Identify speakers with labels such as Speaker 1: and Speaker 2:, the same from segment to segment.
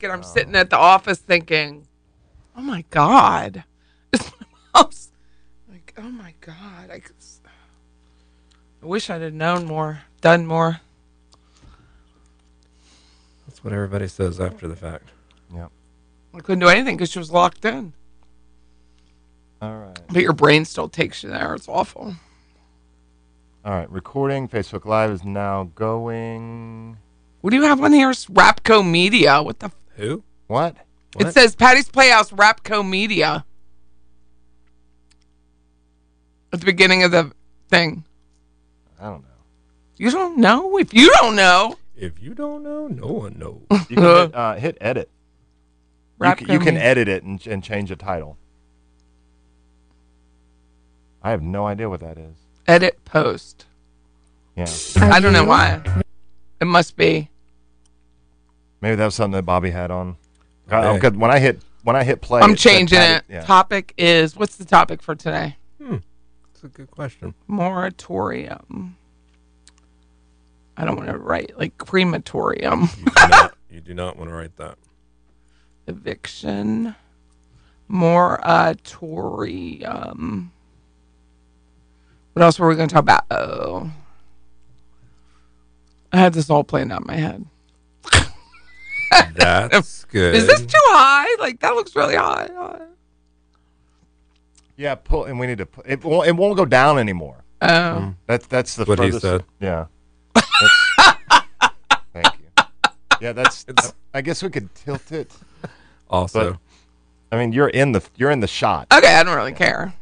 Speaker 1: and I'm
Speaker 2: Oh.
Speaker 1: sitting at the office thinking, "Oh my god, it's my house." Like, oh my god, I, could s- I wish I'd have known more, done more.
Speaker 3: That's what everybody says after the fact.
Speaker 1: I couldn't do anything because she was locked in.
Speaker 2: All right.
Speaker 1: But your brain still takes you there. It's awful.
Speaker 2: All right. Recording. Facebook Live is now going.
Speaker 1: What do you have on here? It's Rapco Media. What the? F-
Speaker 3: Who?
Speaker 2: What?
Speaker 1: it says Patty's Playhouse Rapco Media at the beginning of the thing.
Speaker 2: I don't know.
Speaker 1: You don't know if you don't know.
Speaker 3: If you don't know, no one knows.
Speaker 2: You can hit, uh, hit edit. You can, you can
Speaker 1: Media.
Speaker 2: edit it and, and change the title. I have no idea what that is.
Speaker 1: edit post.
Speaker 2: Yeah.
Speaker 4: Are
Speaker 1: I don't know
Speaker 4: you-
Speaker 1: why. It must be.
Speaker 2: Maybe that was something that Bobby had on. God,
Speaker 3: Hey.
Speaker 2: oh, 'cause when I hit when I hit play,
Speaker 1: I'm
Speaker 2: it said
Speaker 1: changing it.
Speaker 2: Patty- Yeah.
Speaker 1: Topic is what's the topic for today?
Speaker 3: That's a good question.
Speaker 1: Moratorium. I don't want to write like crematorium,
Speaker 3: You do not, you do not want to write that.
Speaker 1: eviction, moratorium. What else were we going to talk about? Oh, I had this all planned out in my head.
Speaker 3: That's good.
Speaker 1: Is this too high? Like that looks really high.
Speaker 2: Yeah, pull, and we need to. Pu- it, won't, it won't go down anymore.
Speaker 1: Oh,
Speaker 2: That's that's the
Speaker 3: What he
Speaker 2: furthest-
Speaker 3: said.
Speaker 2: Yeah. That's- thank you. Yeah, that's.
Speaker 3: It's-
Speaker 2: I guess we could tilt it.
Speaker 3: also?
Speaker 2: But- I mean, you're in the you're in the shot.
Speaker 1: Okay, I don't really care.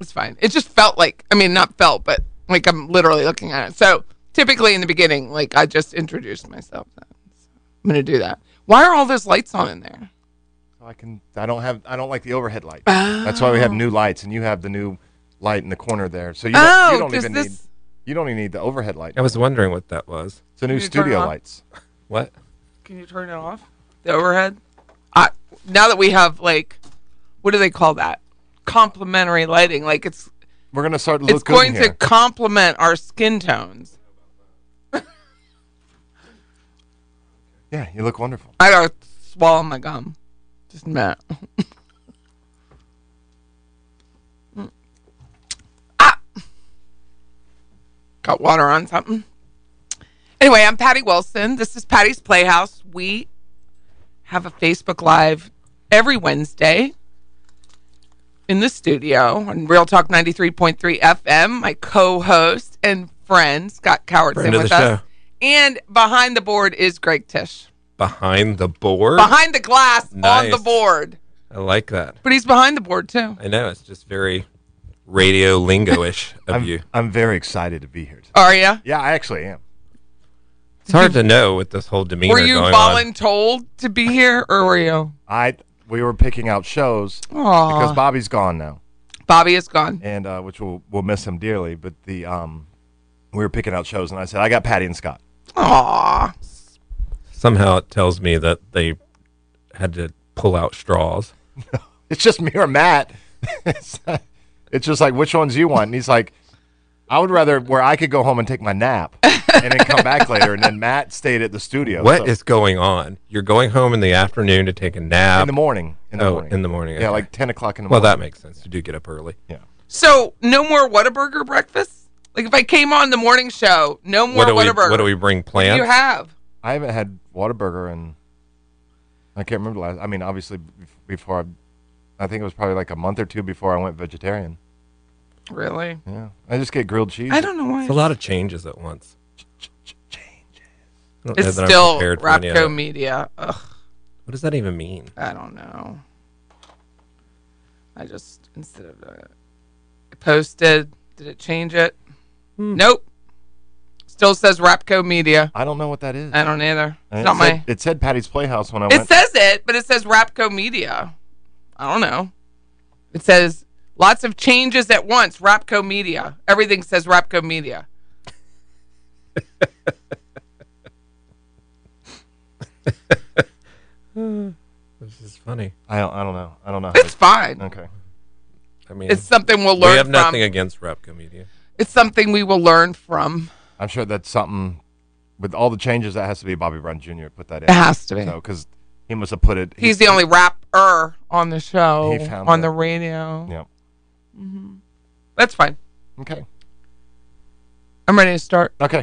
Speaker 1: It's fine. It just felt like I mean, not felt, but like I'm literally looking at it. So typically in the beginning, like I just introduced myself. Then. So I'm gonna do that. Why are all those lights on in there?
Speaker 2: I can. I don't have. I don't like the overhead light. That's why we have new lights, and you have the new light in the corner there. So you don't,
Speaker 1: oh,
Speaker 2: you don't
Speaker 1: 'cause
Speaker 2: even
Speaker 1: this
Speaker 2: need. You don't even need the overhead light.
Speaker 3: I was wondering what that was.
Speaker 2: It's the new
Speaker 1: Can you turn it
Speaker 2: studio
Speaker 1: on?
Speaker 2: lights.
Speaker 3: What?
Speaker 1: can you turn it off? The overhead. I now that we have like, what do they call that? Complementary lighting. Like it's
Speaker 2: We're gonna start to look
Speaker 1: it's
Speaker 2: good
Speaker 1: going
Speaker 2: in
Speaker 1: to
Speaker 2: here.
Speaker 1: complement our skin tones.
Speaker 2: yeah, you look wonderful.
Speaker 1: I gotta swallow my gum. Just a minute. Ah! Got water on something. Anyway, I'm Patty Wilson. This is Patty's Playhouse. We have a Facebook Live every Wednesday in the studio on Real Talk 93.3 FM. My co host and friend, Scott Coward,
Speaker 3: Friend of
Speaker 1: with
Speaker 3: the
Speaker 1: us.
Speaker 3: show.
Speaker 1: And behind the board is Greg Tish
Speaker 3: Behind the board?
Speaker 1: behind the glass on
Speaker 3: Nice.
Speaker 1: the board.
Speaker 3: I like that.
Speaker 1: But he's behind the board too.
Speaker 3: I know it's just very radio lingo-ish of
Speaker 2: I'm,
Speaker 3: you.
Speaker 2: I'm very excited to be here. Today.
Speaker 1: Are you?
Speaker 2: Yeah, I actually am.
Speaker 3: It's hard to know with this whole demeanor
Speaker 1: Were you
Speaker 3: going on.
Speaker 1: voluntold to be here, or were you?
Speaker 2: I we were picking out shows because
Speaker 1: Aw,
Speaker 2: Bobby's gone now,
Speaker 1: Bobby is gone.
Speaker 2: and uh, which we'll we'll miss him dearly. But the um, we were picking out shows, and I said I got Patty and Scott.
Speaker 1: Aw,
Speaker 3: Somehow it tells me that they had to pull out straws.
Speaker 2: It's just me or Matt. it's, it's just like which ones you want, and he's like, I would rather where I could go home and take my nap and then come back later, and then Matt stayed at the studio.
Speaker 3: What is
Speaker 2: so-
Speaker 3: going on? You're going home in the afternoon to take a nap.
Speaker 2: in the morning? In the
Speaker 3: oh,
Speaker 2: morning.
Speaker 3: in the morning.
Speaker 2: Yeah,
Speaker 3: okay.
Speaker 2: like ten o'clock in the
Speaker 3: well,
Speaker 2: morning.
Speaker 3: that makes sense. You do get up early.
Speaker 1: so no more Whataburger breakfast. Like if I came on the morning show, no more
Speaker 3: what do we?
Speaker 1: Whataburger.
Speaker 3: What do we bring?
Speaker 1: What do
Speaker 3: Plants.
Speaker 1: you have?
Speaker 2: I haven't had Whataburger and I can't remember the last. I mean, obviously bef- before I, I think it was probably like a month or two before I went vegetarian.
Speaker 1: Really?
Speaker 2: Yeah, I just get grilled cheese.
Speaker 1: I don't know why.
Speaker 3: Hmm. it's a lot of changes at once. I don't know
Speaker 1: It's
Speaker 3: that I'm
Speaker 1: still
Speaker 3: prepared for any of
Speaker 1: Rapco
Speaker 3: that.
Speaker 1: Media. Ugh,
Speaker 3: What does that even mean?
Speaker 1: I don't know. I just instead of uh, I posted, did it change it? Nope. Still says Rapco Media.
Speaker 2: I don't know what that is.
Speaker 1: I don't either. Uh,
Speaker 2: And
Speaker 1: It's
Speaker 2: it
Speaker 1: not my.
Speaker 2: said, It said Patty's Playhouse when I
Speaker 1: It
Speaker 2: went.
Speaker 1: says it, but it says Rapco Media. I don't know. It says lots of changes at once. Rapco Media. Everything says Rapco Media.
Speaker 3: This is funny.
Speaker 2: I don't. I don't know. I don't know.
Speaker 1: It's fine.
Speaker 2: How, okay.
Speaker 3: I mean,
Speaker 1: It's something we'll
Speaker 3: we
Speaker 1: learn
Speaker 3: have
Speaker 1: from.
Speaker 3: nothing against Rapco Media.
Speaker 1: It's something we will learn from.
Speaker 2: I'm sure that's something. With all the changes, that has to be Bobby Brown Jr. put that in.
Speaker 1: It has to be.
Speaker 2: because he must have put it. he-
Speaker 1: He's the only rapper on the show,
Speaker 2: He found
Speaker 1: on
Speaker 2: that.
Speaker 1: the radio.
Speaker 2: Yeah.
Speaker 1: That's fine.
Speaker 2: Okay.
Speaker 1: I'm ready to start.
Speaker 2: Okay.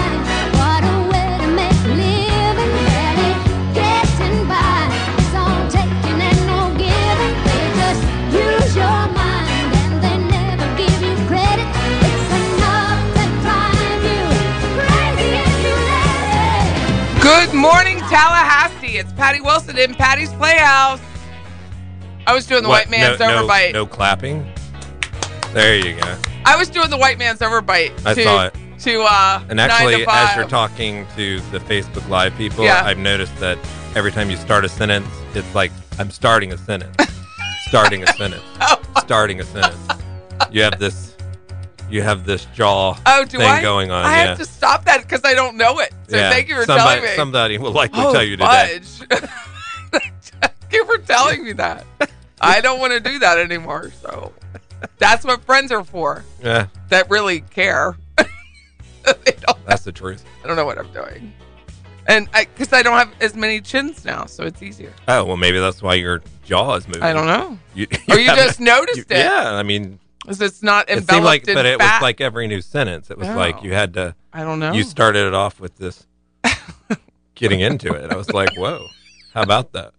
Speaker 5: what a way to make a living, barely getting by. It's all taking and no giving. They just use your mind and they never give you credit. It's enough to drive you crazy if you let it.
Speaker 1: Good morning, Tallahassee. It's Patty Wilson in Patty's Playhouse. I was doing the
Speaker 3: What?
Speaker 1: white man's
Speaker 3: no, no,
Speaker 1: overbite.
Speaker 3: No clapping. There you go.
Speaker 1: I was doing the white man's overbite.
Speaker 3: I
Speaker 1: to,
Speaker 3: saw it.
Speaker 1: To uh,
Speaker 3: And
Speaker 1: nine
Speaker 3: actually,
Speaker 1: to five.
Speaker 3: as you're talking to the Facebook Live people,
Speaker 1: Yeah.
Speaker 3: I've noticed that every time you start a sentence, it's like I'm starting a sentence, starting a sentence,
Speaker 1: Oh.
Speaker 3: starting a sentence. You have this, you have this jaw
Speaker 1: oh, do
Speaker 3: thing
Speaker 1: I?
Speaker 3: going on.
Speaker 1: I
Speaker 3: yeah.
Speaker 1: have to stop that because I don't know it. So
Speaker 3: yeah.
Speaker 1: thank you for
Speaker 3: somebody,
Speaker 1: telling me.
Speaker 3: Somebody will likely
Speaker 1: oh,
Speaker 3: tell you today.
Speaker 1: fudge. thank you for telling me that. I don't want to do that anymore. So that's what friends are for.
Speaker 3: Yeah,
Speaker 1: That really care. they don't
Speaker 3: that's the truth.
Speaker 1: I don't know what I'm doing. And I, because I don't have as many chins now, so it's easier.
Speaker 3: Oh well, maybe that's why your jaw is moving.
Speaker 1: I don't know.
Speaker 3: You,
Speaker 1: Or you
Speaker 3: haven't-
Speaker 1: just noticed
Speaker 3: you-
Speaker 1: it.
Speaker 3: Yeah, I mean,
Speaker 1: 'Cause it's not
Speaker 3: it
Speaker 1: enveloped
Speaker 3: seemed like,
Speaker 1: in
Speaker 3: but it
Speaker 1: fat. Oh.
Speaker 3: was like every new sentence. It was like
Speaker 1: No.
Speaker 3: you had to.
Speaker 1: I don't know.
Speaker 3: you started it off with this getting into it. I was like, whoa, how about that?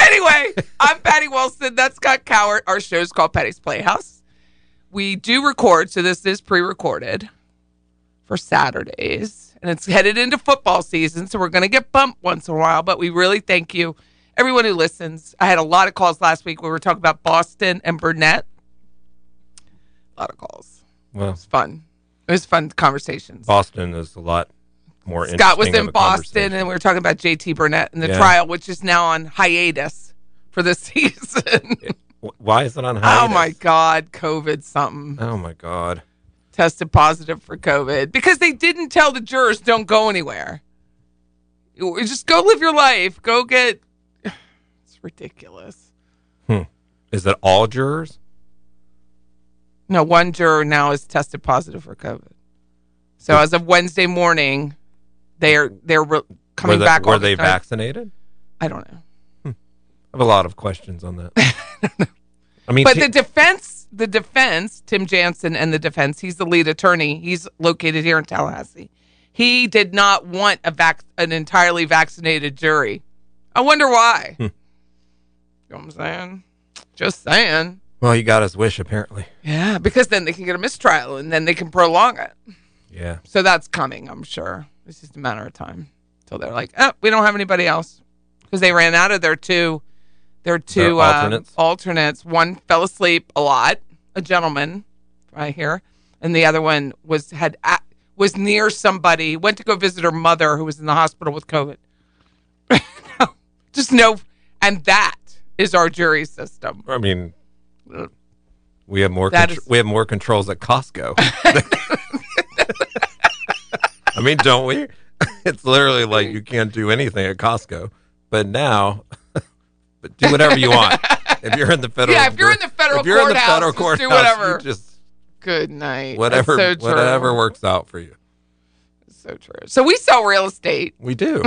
Speaker 1: anyway, I'm Patty Wilson. That's Scott Cowart. Our show's called Patty's Playhouse. We do record, so this is pre-recorded for Saturdays, and it's headed into football season, so we're going to get bumped once in a while. But we really thank you, everyone who listens. I had a lot of calls last week. We were talking about Boston and Burnett. A lot of calls.
Speaker 3: Well,
Speaker 1: It's fun. It was fun conversations.
Speaker 3: Boston is a lot more
Speaker 1: Scott was
Speaker 3: interesting
Speaker 1: in
Speaker 3: of a
Speaker 1: Boston,
Speaker 3: conversation.
Speaker 1: and we were talking about JT Burnett and the
Speaker 3: Yeah.
Speaker 1: trial, which is now on hiatus for the season.
Speaker 3: Wh- Why is it on hiatus?
Speaker 1: oh my God, COVID something.
Speaker 3: Oh my God.
Speaker 1: tested positive for COVID because they didn't tell the jurors don't go anywhere. You- Just go live your life. Go get. It's ridiculous.
Speaker 3: Is that all jurors?
Speaker 1: No, one juror now is tested positive for COVID. So as of Wednesday morning, they are they're re- coming
Speaker 3: were they,
Speaker 1: back.
Speaker 3: were
Speaker 1: August
Speaker 3: they
Speaker 1: 9th.
Speaker 3: vaccinated?
Speaker 1: I don't know.
Speaker 3: I have a lot of questions on that. I mean,
Speaker 1: But
Speaker 3: t-
Speaker 1: the defense, the defense, Tim Jansen and the defense, he's the lead attorney. He's located here in Tallahassee. He did not want a vac- an entirely vaccinated jury. I wonder why. You know what I'm saying? Just saying.
Speaker 3: well, he got his wish apparently.
Speaker 1: Yeah, because then they can get a mistrial and then they can prolong it.
Speaker 3: Yeah.
Speaker 1: So that's coming, I'm sure. It's just a matter of time. So they're like, oh, we don't have anybody else because they ran out of their two, their two um,
Speaker 3: alternates?
Speaker 1: alternates. One fell asleep a lot, a gentleman, right here, and the other one was had a- was near somebody. Went to go visit her mother who was in the hospital with COVID. No, just no, and that is our jury system.
Speaker 3: I mean, we have more
Speaker 1: That
Speaker 3: contr-
Speaker 1: is-
Speaker 3: we have more controls at Costco. I mean, don't we? It's literally like you can't do anything at Costco, but now, but do whatever you want. If you're in the federal,
Speaker 1: Yeah, if you're in the federal
Speaker 3: if you're in the
Speaker 1: courthouse, just
Speaker 3: federal
Speaker 1: do
Speaker 3: courthouse, you
Speaker 1: whatever.
Speaker 3: just
Speaker 1: Good night. That's
Speaker 3: whatever,
Speaker 1: so true.
Speaker 3: whatever works out for you.
Speaker 1: So true. So we sell real estate.
Speaker 3: We do.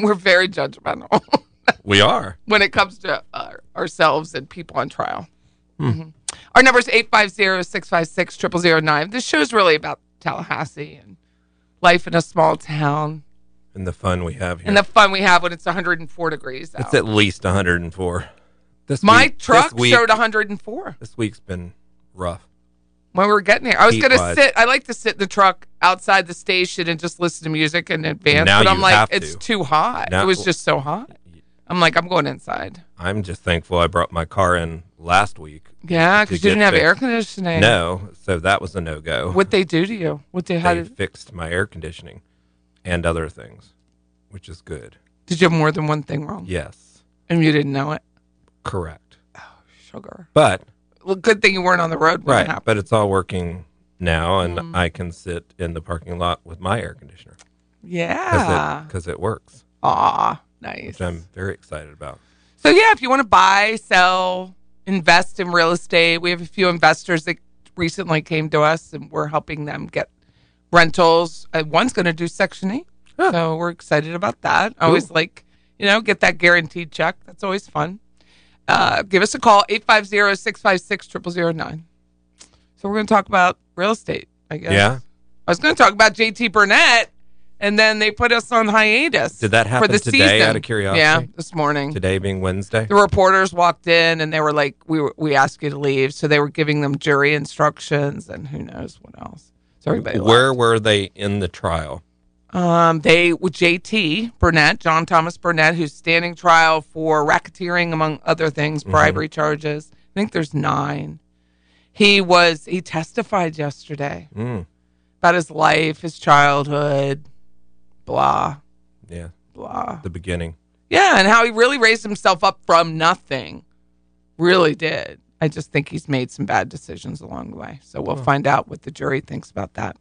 Speaker 1: We're very judgmental.
Speaker 3: we are.
Speaker 1: when it comes to uh, ourselves and people on trial.
Speaker 3: Hmm.
Speaker 1: Mhm. Our number is 850-656-0009. This show is really about Tallahassee and life in a small town
Speaker 3: And the fun we have here.
Speaker 1: and the fun we have when it's 104 degrees out.
Speaker 3: it's at least 104. This
Speaker 1: My
Speaker 3: week- this
Speaker 1: truck
Speaker 3: week-
Speaker 1: showed 104
Speaker 3: This week's been rough.
Speaker 1: when we were getting here. I was
Speaker 3: Heat
Speaker 1: going to
Speaker 3: wise.
Speaker 1: sit. I like to sit in the truck outside the station and just listen to music in advance.
Speaker 3: Now
Speaker 1: but I'm
Speaker 3: you
Speaker 1: like,
Speaker 3: have
Speaker 1: it's
Speaker 3: to.
Speaker 1: too hot.
Speaker 3: Now-
Speaker 1: it was just so hot. I'm like, I'm going inside.
Speaker 3: I'm just thankful I brought my car in last week.
Speaker 1: Yeah,
Speaker 3: to
Speaker 1: because
Speaker 3: get
Speaker 1: you didn't have
Speaker 3: fixed.
Speaker 1: air conditioning.
Speaker 3: No, so that was a no go.
Speaker 1: What they do to you? What they
Speaker 3: they
Speaker 1: how did?
Speaker 3: fixed my air conditioning and other things, which is good.
Speaker 1: Did you have more than one thing wrong?
Speaker 3: Yes,
Speaker 1: And you didn't know it?
Speaker 3: correct.
Speaker 1: Sugar.
Speaker 3: But
Speaker 1: Well, good thing you weren't on the road when it
Speaker 3: right,
Speaker 1: happened. Mm.
Speaker 3: but it's all working now, and I can sit in the parking lot with my air conditioner
Speaker 1: yeah.
Speaker 3: because it, works,
Speaker 1: Aw, nice.
Speaker 3: which I'm very excited about.
Speaker 1: So, yeah, if you want to buy, sell, invest in real estate, we have a few investors that recently came to us and we're helping them get rentals. Uh, one's going to do Section 8. So, we're excited about that. I Always like, you know, get that guaranteed check. That's always fun. Uh, give us a call, 850 656 0009. So, we're going to talk about real estate, I guess.
Speaker 3: Yeah.
Speaker 1: I was going to talk about JT Burnett, and then they put us on hiatus.
Speaker 3: Did that happen
Speaker 1: for the
Speaker 3: today,
Speaker 1: Season.
Speaker 3: out of curiosity?
Speaker 1: Yeah, this morning.
Speaker 3: Today being Wednesday,
Speaker 1: The reporters walked in, and they were like, "We were, we asked you to leave," so they were giving them jury instructions, and who knows what else. So everybody,
Speaker 3: where were they in the trial?
Speaker 1: left. um, they with JT Burnett, John Thomas Burnett, who's standing trial for racketeering among other things, bribery charges. I think there's nine. He was he testified yesterday
Speaker 3: Mm,
Speaker 1: about his life, his childhood, blah
Speaker 3: yeah,
Speaker 1: blah.
Speaker 3: the beginning.
Speaker 1: Yeah, and how he really raised himself up from nothing. Really did. I just think he's made some bad decisions along the way. So we'll find out what the jury thinks about that.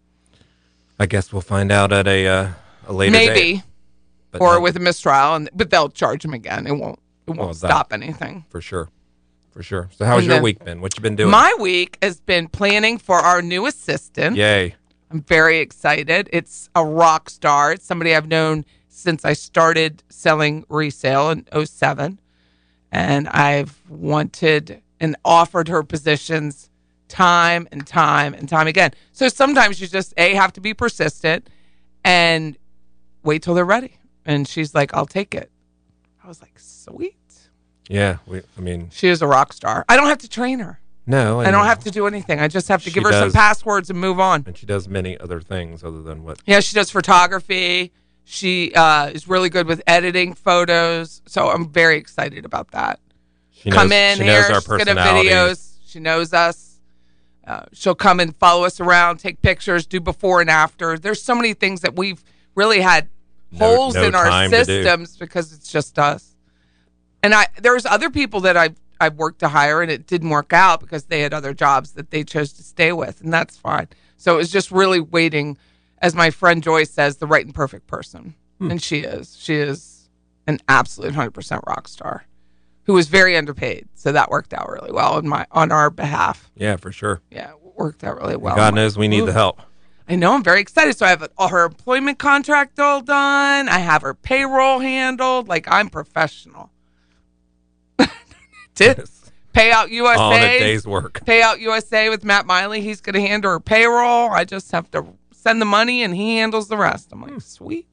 Speaker 3: I guess we'll find out at a uh, a later date,
Speaker 1: Maybe.
Speaker 3: but
Speaker 1: Or
Speaker 3: not
Speaker 1: with a mistrial and but they'll charge him again. It won't it won't
Speaker 3: Well, that-
Speaker 1: stop anything.
Speaker 3: for sure, for sure. So how's
Speaker 1: And
Speaker 3: your
Speaker 1: then-
Speaker 3: week been? What you been doing?
Speaker 1: My week has been planning for our new assistant.
Speaker 3: Yay!
Speaker 1: I'm very excited. It's a rock star. It's somebody I've known since I started selling resale in 07. And I've wanted and offered her positions time and time and time again. So sometimes you just A have to be persistent and wait till they're ready. And she's like, I'll take it. I was like, sweet.
Speaker 3: Yeah, we, I mean,
Speaker 1: She is a rock star. I don't have to train her.
Speaker 3: no,
Speaker 1: I don't have to do anything. I just have to
Speaker 3: She
Speaker 1: give her some
Speaker 3: does.
Speaker 1: passwords and move on.
Speaker 3: And she does many other things other than what.
Speaker 1: Yeah, she does photography. She uh, is really good with editing photos. So I'm very excited about that.
Speaker 3: She
Speaker 1: come in
Speaker 3: knows, she
Speaker 1: here.
Speaker 3: knows our
Speaker 1: she's good at
Speaker 3: personalities.
Speaker 1: videos. She knows us. Uh, she'll come and follow us around, take pictures, do before and after. There's so many things that we've really had
Speaker 3: No-
Speaker 1: holes
Speaker 3: no
Speaker 1: in our
Speaker 3: time to do.
Speaker 1: systems because it's just us. And I there's other people that I've I've worked to hire and it didn't work out because they had other jobs that they chose to stay with, and that's fine. So it was just really waiting, as my friend Joy says, the right and perfect person.
Speaker 3: Hmm.
Speaker 1: And she is. She is an absolute 100% rock star who was very underpaid. So that worked out really well on my on our behalf.
Speaker 3: Yeah, for sure.
Speaker 1: Yeah, it worked out really well.
Speaker 3: God knows we need
Speaker 1: Ooh.
Speaker 3: the help.
Speaker 1: I know. I'm very excited. So I have all her employment contract all done. I have her payroll handled. Like I'm professional. Did payout USA
Speaker 3: All the day's work.
Speaker 1: payout USA with Matt Miley. He's going to handle her payroll. I just have to send the money, and he handles the rest. I'm like, sweet.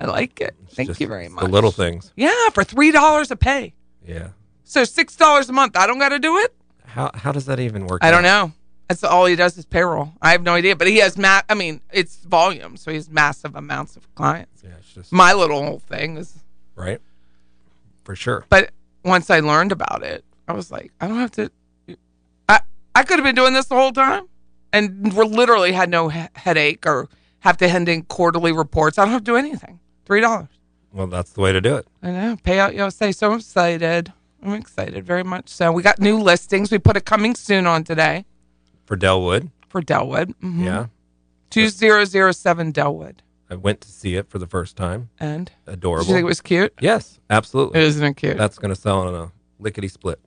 Speaker 1: I like it. Thank
Speaker 3: Hmm. Just
Speaker 1: you very much.
Speaker 3: The little things.
Speaker 1: Yeah, for three dollars a pay,
Speaker 3: Yeah.
Speaker 1: so six dollars a month. I don't got to do it.
Speaker 3: How how does that even work?
Speaker 1: I don't
Speaker 3: out?
Speaker 1: know. That's all he does is payroll. I have no idea, but he has ma- I mean, it's volume, so he has massive amounts of clients.
Speaker 3: Yeah, it's just
Speaker 1: My little whole thing is,
Speaker 3: right. For sure.
Speaker 1: but once I learned about it, I was like, I don't have to. I I could have been doing this the whole time, and we literally had no he- headache or have to hand in quarterly reports. I don't have to do anything. Three dollars.
Speaker 3: Well, that's the way to do it.
Speaker 1: I know. Payout USA. So I'm excited. I'm excited very much. So we got new listings. We put a coming soon on today
Speaker 3: For Delwood.
Speaker 1: for Delwood. Mhm.
Speaker 3: Yeah.
Speaker 1: 2007 Delwood.
Speaker 3: I went to see it for the first time.
Speaker 1: And did you
Speaker 3: Adorable.
Speaker 1: think it was cute?
Speaker 3: yes, absolutely.
Speaker 1: Isn't it cute?
Speaker 3: That's going to sell in a lickety split.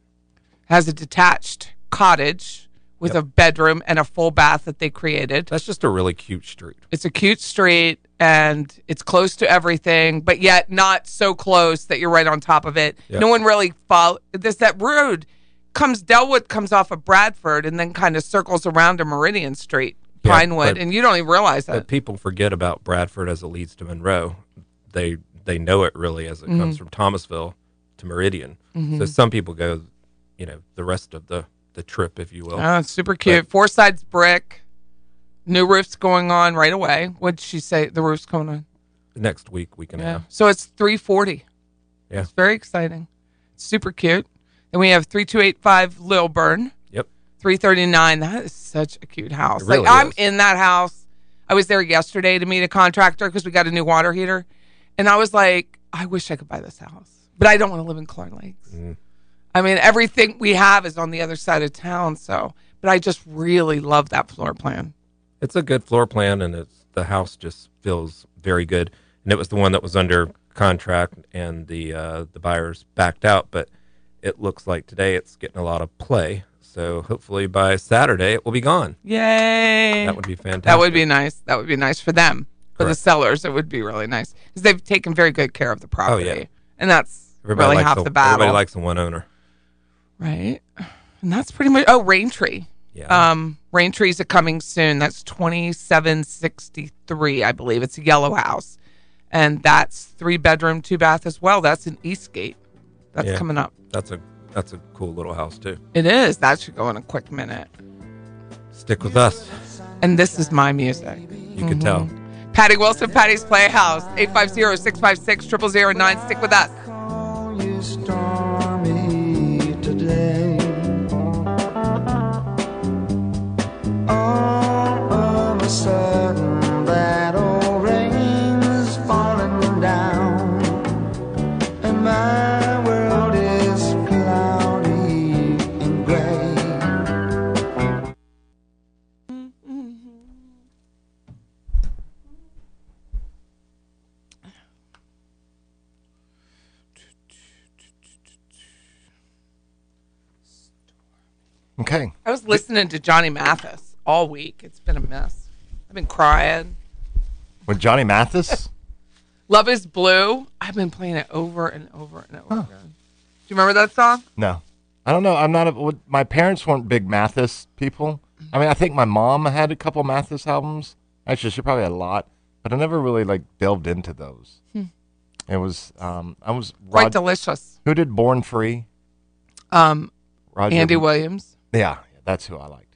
Speaker 1: Has a detached cottage with a bedroom and a full bath that they created.
Speaker 3: That's just a really cute street.
Speaker 1: It's a cute street and it's close to everything, but yet not so close that you're right on top of it.
Speaker 3: Yeah.
Speaker 1: No one really follow this that road comes Delwood comes off of Bradford and then kind of circles around to Meridian Street,
Speaker 3: Yeah,
Speaker 1: Pinewood,
Speaker 3: but-
Speaker 1: and you don't even realize that.
Speaker 3: But people forget about Bradford as it leads to Monroe. They they know it really as it
Speaker 1: Mm-hmm.
Speaker 3: comes from Thomasville to Meridian. So some people go, you know, the rest of the the trip, if you will.
Speaker 1: Oh, it's super cute. Four sides brick. New roof's going on right away. What'd she say? The roof's going on.
Speaker 3: Next week, week and a half.
Speaker 1: So it's 340.
Speaker 3: Yeah.
Speaker 1: It's very exciting. It's super cute. Then we have 3285 Lilburn,
Speaker 3: Yep.
Speaker 1: 339. That is such a cute house.
Speaker 3: It really
Speaker 1: like I'm
Speaker 3: is.
Speaker 1: in that house. I was there yesterday to meet a contractor because we got a new water heater. And I was like, I wish I could buy this house, but I don't want to live in Clarn Lakes.
Speaker 3: Mm.
Speaker 1: I mean, everything we have is on the other side of town. So, but I just really love that floor plan.
Speaker 3: It's a good floor plan, and it's the house just feels very good. And it was the one that was under contract, and the uh, the buyers backed out. But it looks like today it's getting a lot of play. So hopefully by Saturday it will be gone.
Speaker 1: Yay.
Speaker 3: That would be fantastic.
Speaker 1: That would be nice. That would be nice for them. For the
Speaker 3: Correct. Oh,
Speaker 1: sellers, it would be really nice because they've taken very good care of the property.
Speaker 3: yeah.
Speaker 1: And that's
Speaker 3: everybody
Speaker 1: really
Speaker 3: likes
Speaker 1: half
Speaker 3: a-
Speaker 1: the battle.
Speaker 3: Everybody likes a one owner.
Speaker 1: right. And that's pretty much. Oh, Rain Tree.
Speaker 3: Yeah.
Speaker 1: Um, Rain Trees are coming soon. That's 2763, I believe. It's a yellow house. And that's three bedroom, two bath as well. That's in Eastgate. That's
Speaker 3: Yeah.
Speaker 1: coming up.
Speaker 3: That's a that's a cool little house too.
Speaker 1: It is. That should go in a quick minute.
Speaker 3: Stick with us.
Speaker 1: And this is my music.
Speaker 3: You can tell.
Speaker 1: Patty Wilson, Patty's Playhouse, 850 656 0009. Stick with us.
Speaker 6: call you stormy today. All of a sudden, that old rain's falling down, and my world is cloudy and gray.
Speaker 2: Okay.
Speaker 1: I was listening to Johnny Mathis all week. It's been a mess. I've been crying.
Speaker 2: With Johnny Mathis?
Speaker 1: Love is Blue. I've been playing it over and over and over again. Do you remember that song?
Speaker 2: No. I don't know. I'm not a, would- my parents weren't big Mathis people. I mean, I think my mom had a couple Mathis albums. Actually, she probably had a lot, but I never really like delved into those.
Speaker 1: Hmm.
Speaker 2: It was um I was
Speaker 1: Quite
Speaker 2: Rod-
Speaker 1: delicious.
Speaker 2: who did Born Free?
Speaker 1: Um,
Speaker 2: Roger
Speaker 1: Andy Williams.
Speaker 2: Yeah, that's who I liked.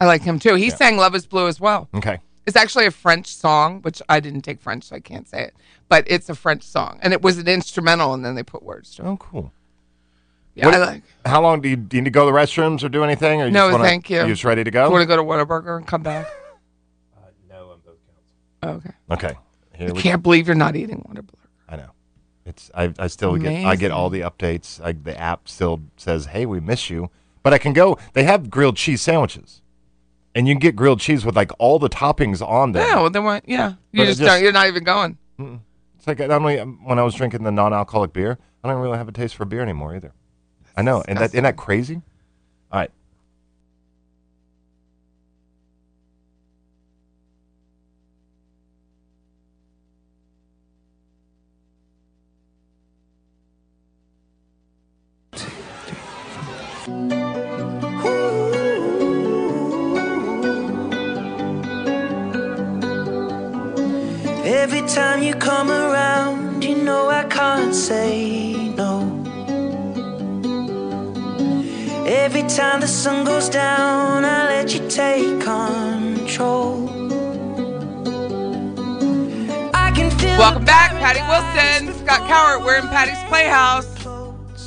Speaker 1: I like him too. He sang Love is Blue as well.
Speaker 2: Okay.
Speaker 1: It's actually a French song, which I didn't take French, so I can't say it. But it's a French song. And it was an instrumental, and then they put words to it.
Speaker 2: Oh, cool.
Speaker 1: Yeah,
Speaker 2: What-
Speaker 1: I like.
Speaker 2: How long do you, do you need to go to the restrooms or do anything? Or you
Speaker 1: No,
Speaker 2: just wanna-
Speaker 1: thank you.
Speaker 2: You just ready to go?
Speaker 1: want to go to Whataburger and come back? no, I'm Uh, both counts. Okay.
Speaker 2: Okay. Here
Speaker 1: I
Speaker 2: we
Speaker 1: can't believe you're not eating Whataburger.
Speaker 2: I know. It's I, I still get I
Speaker 1: Amazing.
Speaker 2: get all the updates. I, the app still says, "Hey, we miss you," but I can go. They have grilled cheese sandwiches, and you can get grilled cheese with like all the toppings on there.
Speaker 1: Yeah, well, then what? Yeah, you
Speaker 2: But it
Speaker 1: just,
Speaker 2: just-
Speaker 1: don't. You're not even going.
Speaker 2: It's like I only when I was drinking the non-alcoholic beer, I don't really have a taste for beer anymore either. I know, and that isn't that crazy? All right,
Speaker 7: Every time you come around, you know I can't say no. Every time the sun goes down, I let you take control. I can feel
Speaker 1: Welcome back, Patty Wilson, Scott Cowart. We're in Patty's Playhouse,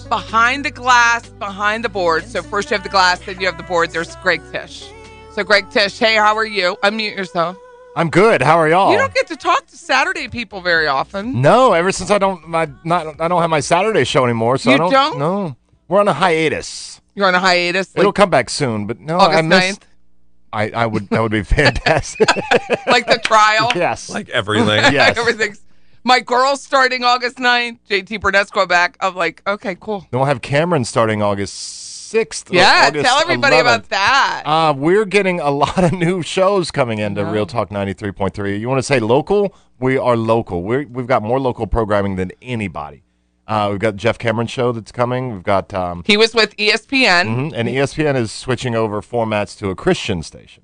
Speaker 1: behind the glass, behind the board. So first you have the glass, then you have the board. There's Greg Tish. So Greg Tish, hey, how are you? Unmute yourself.
Speaker 2: I'm good. How are y'all?
Speaker 1: You don't get to talk to Saturday people very often.
Speaker 2: no, ever since I don't my not I don't have my Saturday show anymore, so
Speaker 1: You
Speaker 2: I don't,
Speaker 1: don't?
Speaker 2: No, we're on a hiatus.
Speaker 1: You're on a hiatus,
Speaker 2: It'll
Speaker 1: like
Speaker 2: come back soon, but no, I
Speaker 1: August
Speaker 2: miss.
Speaker 1: 9th,
Speaker 2: I, I would that would be fantastic.
Speaker 1: like the trial.
Speaker 2: yes,
Speaker 3: Like everything.
Speaker 2: yes.
Speaker 1: Everything's. My girl's starting August 9th. JT Burnett's going back. I'm like, okay, cool.
Speaker 2: Then we'll have Cameron starting August sixth. or
Speaker 1: Yeah,
Speaker 2: August
Speaker 1: tell everybody
Speaker 2: 11th.
Speaker 1: about that.
Speaker 2: Uh, we're getting a lot of new shows coming into Real Talk 93.3. You want to say local? We are local. We're, we've got more local programming than anybody. Uh, we've got Jeff Cameron's show that's coming. We've got, um,
Speaker 1: He was with E ESPN.
Speaker 2: mhm, and ESPN is switching over formats to a Christian station.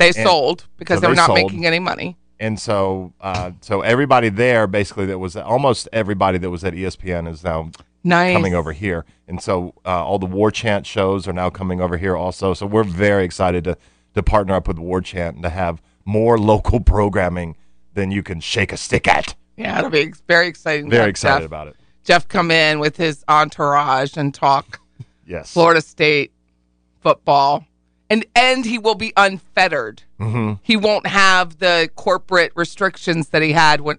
Speaker 1: They sold because
Speaker 2: so
Speaker 1: they were
Speaker 2: they
Speaker 1: not
Speaker 2: sold.
Speaker 1: making any money.
Speaker 2: And so, uh, so everybody there basically that was almost everybody that was at E ESPN is now
Speaker 1: Nice.
Speaker 2: coming over here. And so uh, all the War Chant shows are now coming over here also. So we're very excited to to partner up with War Chant and to have more local programming than you can shake a stick at.
Speaker 1: Yeah, it'll be ex- very exciting. to
Speaker 2: Very
Speaker 1: have
Speaker 2: excited
Speaker 1: Jeff,
Speaker 2: about it.
Speaker 1: Jeff come in with his entourage and talk
Speaker 2: Yes.
Speaker 1: Florida State football, and and he will be unfettered.
Speaker 2: Mhm.
Speaker 1: He won't have the corporate restrictions that he had when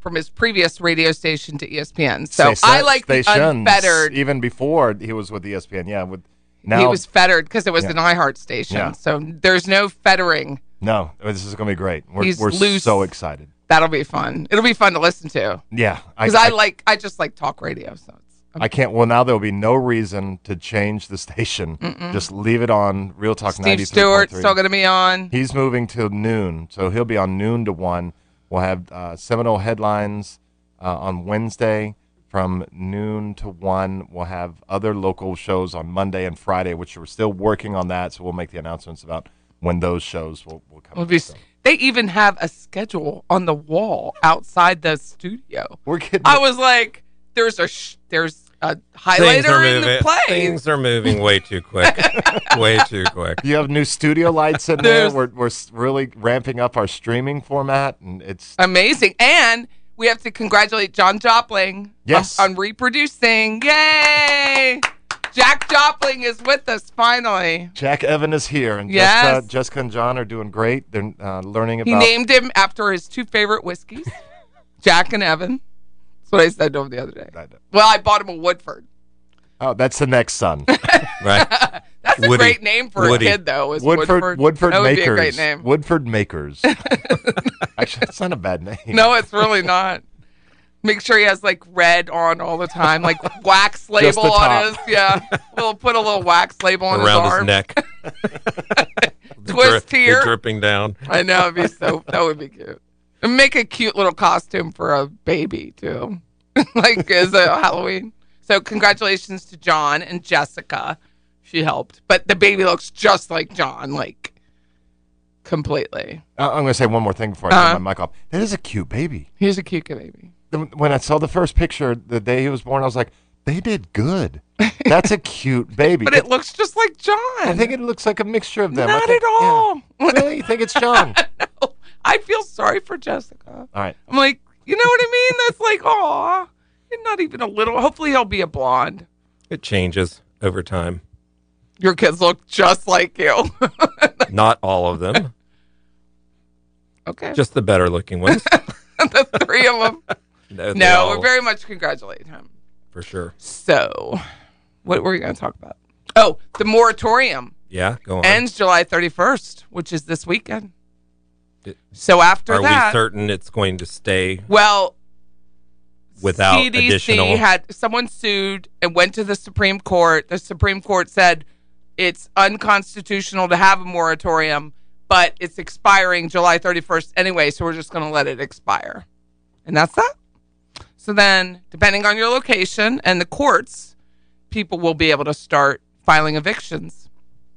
Speaker 1: from his previous radio station to E ESPN. So
Speaker 2: Sta-
Speaker 1: I like the
Speaker 2: stations,
Speaker 1: unfettered.
Speaker 2: Even before he was with E ESPN, yeah. With now,
Speaker 1: he was fettered because it was
Speaker 2: Yeah.
Speaker 1: an iHeart station.
Speaker 2: Yeah.
Speaker 1: So there's no fettering.
Speaker 2: no, this is going to be great. We're,
Speaker 1: He's
Speaker 2: we're
Speaker 1: loose.
Speaker 2: so excited.
Speaker 1: That'll be fun. It'll be fun to listen to
Speaker 2: Yeah,
Speaker 1: because I, like I just like talk radio. So it's
Speaker 2: I can't. Well, now there will be no reason to change the station. Just leave it on Real Talk.
Speaker 1: Steve Stewart's
Speaker 2: 93.3.
Speaker 1: still going to be on.
Speaker 2: He's moving to noon, so he'll be on noon to one. We'll have uh, Seminole headlines uh, on Wednesday from noon to one. We'll have other local shows on Monday and Friday, which we're still working on that. So we'll make the announcements about when those shows will, will come.
Speaker 1: Would be,
Speaker 2: So
Speaker 1: they even have a schedule on the wall outside the studio.
Speaker 2: we're getting.
Speaker 1: I was like, there's a sh- there's a
Speaker 3: Things are
Speaker 1: highlighter in the
Speaker 3: moving.
Speaker 1: play.
Speaker 3: Things are moving way too quick. way too quick.
Speaker 2: you have new studio lights in there.
Speaker 1: There's-
Speaker 2: We're, we're s- really ramping up our streaming format, and it's
Speaker 1: Amazing. And we have to congratulate John Jopling
Speaker 2: Yes.
Speaker 1: on, on reproducing. Yay! Jack Jopling is with us finally.
Speaker 2: Jack Evan is here, and
Speaker 1: Yes.
Speaker 2: Jessica, Jessica and John are doing great. They're uh, learning
Speaker 1: He
Speaker 2: about.
Speaker 1: named him after his two favorite whiskeys, Jack and Evan. That's what I said to him the other day. Well, I bought him a Woodford.
Speaker 2: oh, that's the next son.
Speaker 3: Right.
Speaker 1: That's a
Speaker 3: Woody.
Speaker 1: great name for
Speaker 3: Woody.
Speaker 1: a kid, though. Is
Speaker 2: Woodford Woodford
Speaker 1: that would
Speaker 2: Makers.
Speaker 1: be a great name.
Speaker 2: Woodford Makers. Actually, that's not a bad name.
Speaker 1: No, it's really not. Make sure he has like red on all the time, like wax label
Speaker 2: the
Speaker 1: on
Speaker 2: top.
Speaker 1: his. Yeah, we'll put a little wax label on his
Speaker 3: Around his,
Speaker 1: arm.
Speaker 3: neck. The
Speaker 1: Twist
Speaker 3: the
Speaker 1: here.
Speaker 3: dripping down.
Speaker 1: I know it'd be so. That would be cute. And make a cute little costume for a baby too, like as a Halloween. So congratulations to John and Jessica. She helped, but the baby looks just like John, like completely.
Speaker 2: I- Uh, I'm going to say one more thing before I turn
Speaker 1: Uh-huh.
Speaker 2: my mic off. That is a cute baby.
Speaker 1: He's a cute baby.
Speaker 2: The- When I saw the first picture the day he was born, I was like, they did good. That's a cute baby.
Speaker 1: But it looks just like John.
Speaker 2: I think it looks like a mixture of them. I
Speaker 1: Not
Speaker 2: think-
Speaker 1: at
Speaker 2: yeah.
Speaker 1: all.
Speaker 2: Really? You think it's John?
Speaker 1: I feel sorry for Jessica.
Speaker 2: all right.
Speaker 1: I'm like, you know what I mean? That's like, aw, you're not even a little. Hopefully, he'll be a blonde.
Speaker 3: It changes over time.
Speaker 1: Your kids look just like you.
Speaker 3: Not all of them.
Speaker 1: okay,
Speaker 3: Just the better looking ones.
Speaker 1: the three of them.
Speaker 3: No, they
Speaker 1: No,
Speaker 3: all-
Speaker 1: we're very much congratulate him.
Speaker 3: for sure.
Speaker 1: So, what were you going to talk about? Oh, the moratorium.
Speaker 3: Yeah, go on.
Speaker 1: ends July 31st, which is this weekend.
Speaker 3: It-
Speaker 1: So after
Speaker 3: Are
Speaker 1: that,
Speaker 3: we certain it's going to stay
Speaker 1: well,
Speaker 3: without
Speaker 1: CDC
Speaker 3: additional?
Speaker 1: had someone sued and went to the Supreme Court. The Supreme Court said it's unconstitutional to have a moratorium, but it's expiring July 31st anyway, so we're just going to let it expire. And that's that. So then, depending on your location and the courts, people will be able to start filing evictions.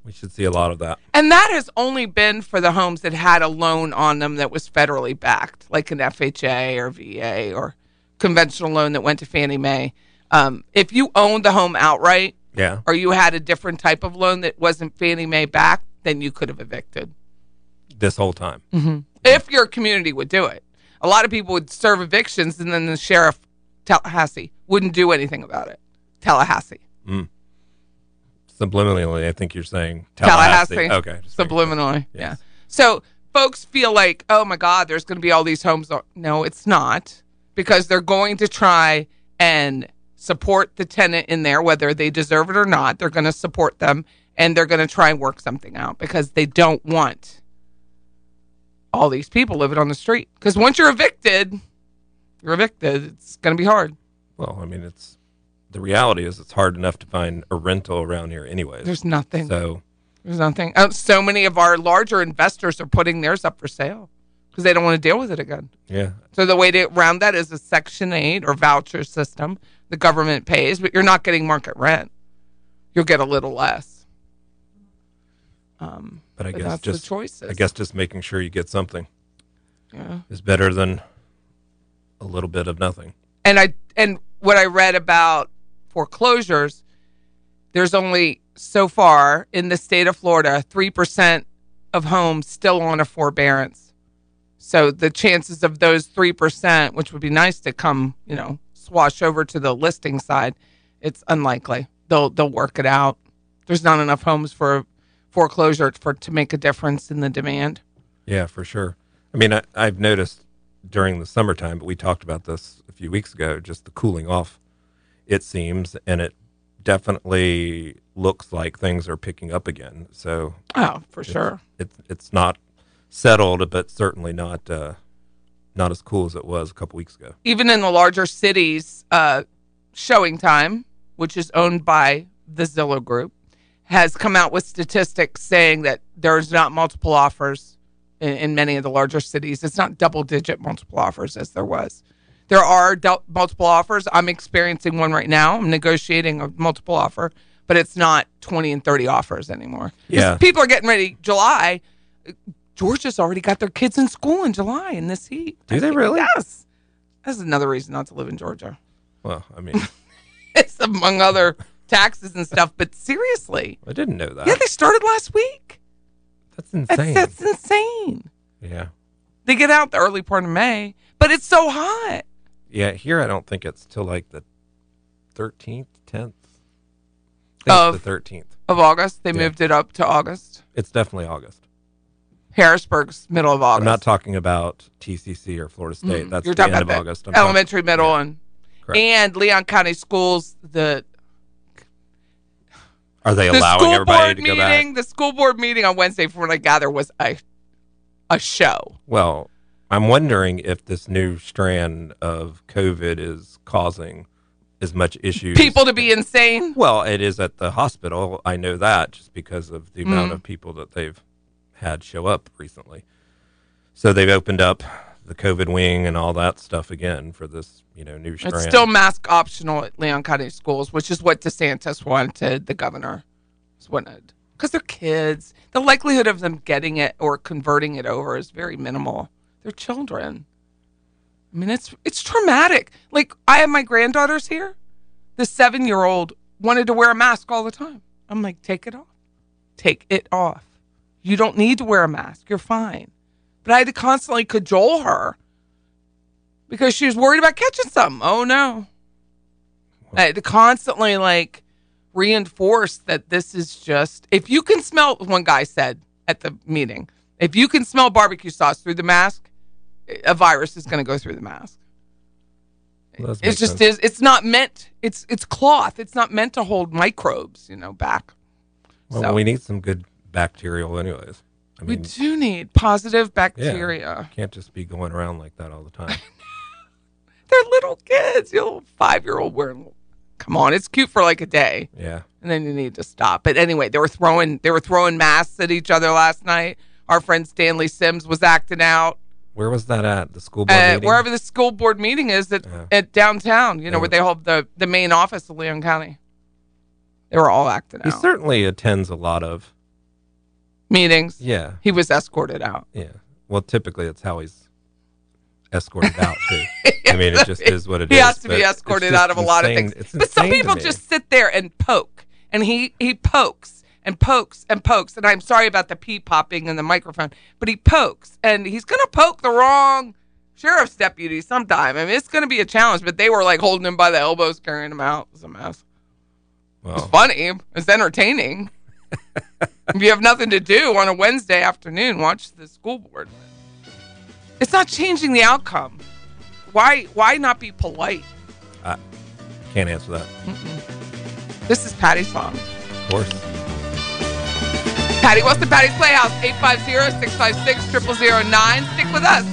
Speaker 3: we should see a lot of that.
Speaker 1: And that has only been for the homes that had a loan on them that was federally backed, like an FHA or VA or conventional loan that went to Fannie Mae. Um, if you owned the home outright
Speaker 3: Yeah,
Speaker 1: or you had a different type of loan that wasn't Fannie Mae backed, then you could have evicted
Speaker 3: this whole time.
Speaker 1: Mm. if your community would do it. A lot of people would serve evictions and then the sheriff, Tallahassee, wouldn't do anything about it. Tallahassee.
Speaker 3: Subliminally, I think you're saying
Speaker 1: Oh, Tallahassee.
Speaker 3: Okay, just making sure.
Speaker 1: Subliminally. Yeah.
Speaker 3: Yes.
Speaker 1: So folks feel like, oh my God, there's going to be all these homes. on-" No, it's not because they're going to try and support the tenant in there, whether they deserve it or not. They're going to support them and they're going to try and work something out because they don't want all these people living on the street. Because once you're evicted, you're evicted. It's going to be hard.
Speaker 3: Well, I mean, it's the reality is it's hard enough to find a rental around here, anyways.
Speaker 1: There's nothing.
Speaker 3: so
Speaker 1: There's nothing. Uh, so many of our larger investors are putting theirs up for sale because they don't want to deal with it again.
Speaker 3: yeah,
Speaker 1: So the way to round that is a Section 8 or voucher system the government pays, but you're not getting market rent. You'll get a little less. Um,
Speaker 3: but I
Speaker 1: But
Speaker 3: guess
Speaker 1: that's the
Speaker 3: just
Speaker 1: choices.
Speaker 3: I guess just making sure you get something
Speaker 1: yeah.
Speaker 3: is better than a little bit of nothing.
Speaker 1: and I and what I read about foreclosures, there's only so far in the state of Florida three percent of homes still on a forbearance. So the chances of those three percent, which would be nice to come, you know, swash over to the listing side, it's unlikely. They'll they'll work it out. There's not enough homes for foreclosure for to make a difference in the demand.
Speaker 3: Yeah, for sure. I mean, I, I've noticed during the summertime, but we talked about this a few weeks ago, just the cooling off, it seems, and it definitely looks like things are picking up again. So
Speaker 1: Oh, for sure.
Speaker 3: it's it's not settled, but certainly not uh, not as cool as it was a couple weeks ago.
Speaker 1: even in the larger cities, uh, Showing Time, which is owned by the Zillow Group, has come out with statistics saying that there's not multiple offers in, in many of the larger cities. It's not double digit multiple offers as there was. There are del- multiple offers. I'm experiencing one right now. I'm negotiating a multiple offer, but it's not 20 and 30 offers anymore. 'Cause
Speaker 3: Yeah.
Speaker 1: People are getting ready. July. Georgia's already got their kids in school in July in this heat.
Speaker 3: Do they really?
Speaker 1: Yes. That's another reason not to live in Georgia.
Speaker 3: Well, I mean,
Speaker 1: It's among other taxes and stuff. But seriously,
Speaker 3: I didn't know that.
Speaker 1: yeah, they started last week.
Speaker 3: That's
Speaker 1: That's,
Speaker 3: insane.
Speaker 1: that's insane.
Speaker 3: yeah,
Speaker 1: They get out the early part of May, but it's so hot.
Speaker 3: yeah. Here, I don't think it's till like the thirteenth, tenth.
Speaker 1: Of-
Speaker 3: the thirteenth.
Speaker 1: Of August, they
Speaker 3: Yeah.
Speaker 1: moved it up to August.
Speaker 3: It's definitely August.
Speaker 1: Harrisburg's middle of August. Mm-hmm.
Speaker 3: I'm not talking about TCC or Florida State. That's
Speaker 1: You're
Speaker 3: the
Speaker 1: talking
Speaker 3: end of
Speaker 1: about
Speaker 3: August.
Speaker 1: the
Speaker 3: I'm talking-
Speaker 1: elementary, middle, and
Speaker 3: Correct.
Speaker 1: and Leon County Schools. The
Speaker 3: Are they
Speaker 1: the
Speaker 3: allowing
Speaker 1: school
Speaker 3: everybody
Speaker 1: board
Speaker 3: to go back?
Speaker 1: meeting, the school board meeting on Wednesday, from what I gather, was a a show.
Speaker 3: Well, I'm wondering if this new strand of COVID is causing as much issues.
Speaker 1: People to be insane.
Speaker 3: Well, it is at the hospital. I know that just because of the
Speaker 1: Mm-hmm.
Speaker 3: amount of people that they've had show up recently. So they've opened up the COVID wing and all that stuff again for this, you know, new strand.
Speaker 1: It's still mask optional at Leon County schools, which is what DeSantis wanted, the governor just wanted. Because they're kids. The likelihood of them getting it or converting it over is very minimal. They're children. I mean, it's it's traumatic. Like I have my granddaughters here. The seven year old wanted to wear a mask all the time. I'm like, take it off. Take it off. You don't need to wear a mask. You're fine. But I had to constantly cajole her because she was worried about catching something. Oh no. I had to constantly like reinforce that this is just if you can smell one guy said at the meeting, if you can smell barbecue sauce through the mask, a virus is gonna go through the mask.
Speaker 3: Well, that
Speaker 1: It's
Speaker 3: makes
Speaker 1: just
Speaker 3: sense.
Speaker 1: is it's not meant it's it's cloth. It's not meant to hold microbes, you know, back.
Speaker 3: Well,
Speaker 1: So-
Speaker 3: we need some good bacterial, anyways. I
Speaker 1: We
Speaker 3: mean,
Speaker 1: do need positive bacteria.
Speaker 3: can't just be going around like that all the time.
Speaker 1: They're little kids. You know, five year old wearing. Come on, it's cute for like a day,
Speaker 3: yeah.
Speaker 1: and then you need to stop. But anyway, they were throwing they were throwing masks at each other last night. Our friend Stanley Sims was acting out.
Speaker 3: Where was that at? The school board
Speaker 1: uh,
Speaker 3: meeting? Uh-huh.
Speaker 1: wherever the school board meeting is at,
Speaker 3: Yeah.
Speaker 1: at downtown, you know,
Speaker 3: They
Speaker 1: where
Speaker 3: were-
Speaker 1: they hold the, the main office of Leon County. They were all acting
Speaker 3: he
Speaker 1: out.
Speaker 3: certainly attends a lot of.
Speaker 1: Meetings.
Speaker 3: Yeah.
Speaker 1: He was escorted out.
Speaker 3: Yeah. Well, typically it's how he's escorted out too. I mean, it just is what it is.
Speaker 1: He has to
Speaker 3: but
Speaker 1: be
Speaker 3: it's
Speaker 1: escorted
Speaker 3: just
Speaker 1: out of a lot of
Speaker 3: insane-
Speaker 1: things.
Speaker 3: It's
Speaker 1: but some
Speaker 3: insane to
Speaker 1: people
Speaker 3: me.
Speaker 1: just sit there and poke, and he he pokes and pokes and pokes. And I'm sorry about the pee popping in the microphone, but he pokes, and he's gonna poke the wrong sheriff's deputy sometime. I mean, it's gonna be a challenge. But they were like holding him by the elbows, carrying him out. It was a mess. It's
Speaker 3: Well,
Speaker 1: funny. It's entertaining. if you have nothing to do on a Wednesday afternoon, watch the school board. It's not changing the outcome. Why why not be polite?
Speaker 3: can't answer that.
Speaker 1: This is Patty's song.
Speaker 3: Of course.
Speaker 1: Patty Wilson, Patty's Playhouse, 850-656-0009. Stick with us.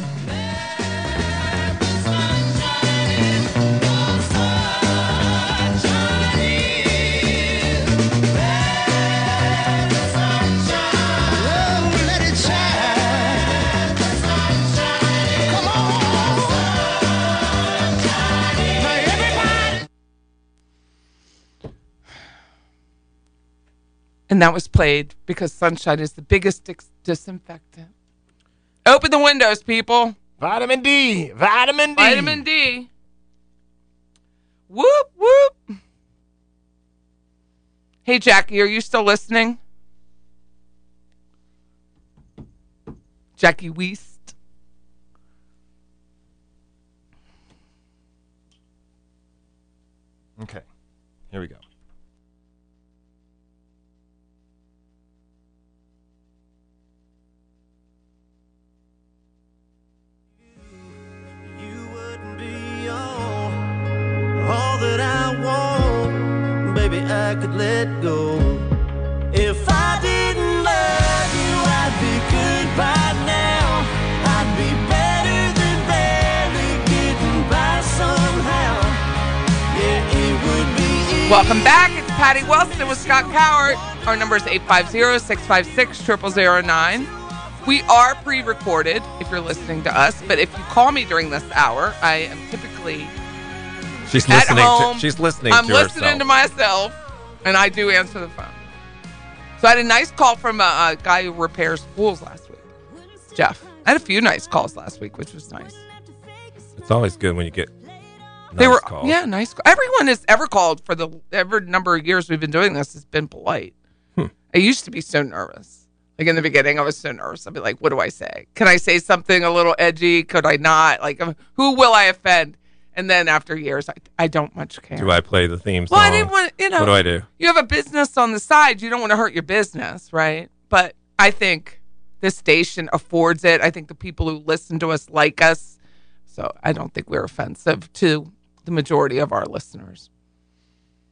Speaker 1: And that was played because sunshine is the biggest dis- disinfectant. Open the windows, people.
Speaker 2: Vitamin D. Vitamin D.
Speaker 1: Vitamin D. Whoop, whoop. Hey, Jackie, are you still listening? Jackie Weist.
Speaker 2: Okay. Here we go.
Speaker 7: You wouldn't be all, all that I want. Baby, I could let go. If I didn't love you, I'd be good by now. I'd be better than barely getting by somehow. Yeah, it would be
Speaker 1: Welcome back. It's Patty Wilson with Scott Cowart. Our number is 850 656 0009. We are pre recorded if you're listening to us, but if you call me during this hour, I am typically
Speaker 3: She's
Speaker 1: At
Speaker 3: listening.
Speaker 1: home,
Speaker 3: to, she's listening.
Speaker 1: I'm
Speaker 3: to
Speaker 1: listening
Speaker 3: herself.
Speaker 1: to myself, and I do answer the phone. So I had a nice call from a, a guy who repairs pools last week, Jeff. I had a few nice calls last week, which was nice.
Speaker 3: It's always good when you get.
Speaker 1: they
Speaker 3: nice
Speaker 1: were
Speaker 3: calls.
Speaker 1: yeah, nice. Call. Everyone has ever called for the every number of years we've been doing this has been polite.
Speaker 3: Hmm.
Speaker 1: I used to be so nervous. Like in the beginning, I was so nervous. I'd be like, "What do I say? Can I say something a little edgy? Could I not? Like, who will I offend?" And then after years, I, I don't much care.
Speaker 3: Do I play the theme song?
Speaker 1: Well, I didn't want you know.
Speaker 3: What do I do?
Speaker 1: You have a business on the side. You don't want to hurt your business, right? But I think this station affords it. I think the people who listen to us like us. So I don't think we're offensive to the majority of our listeners.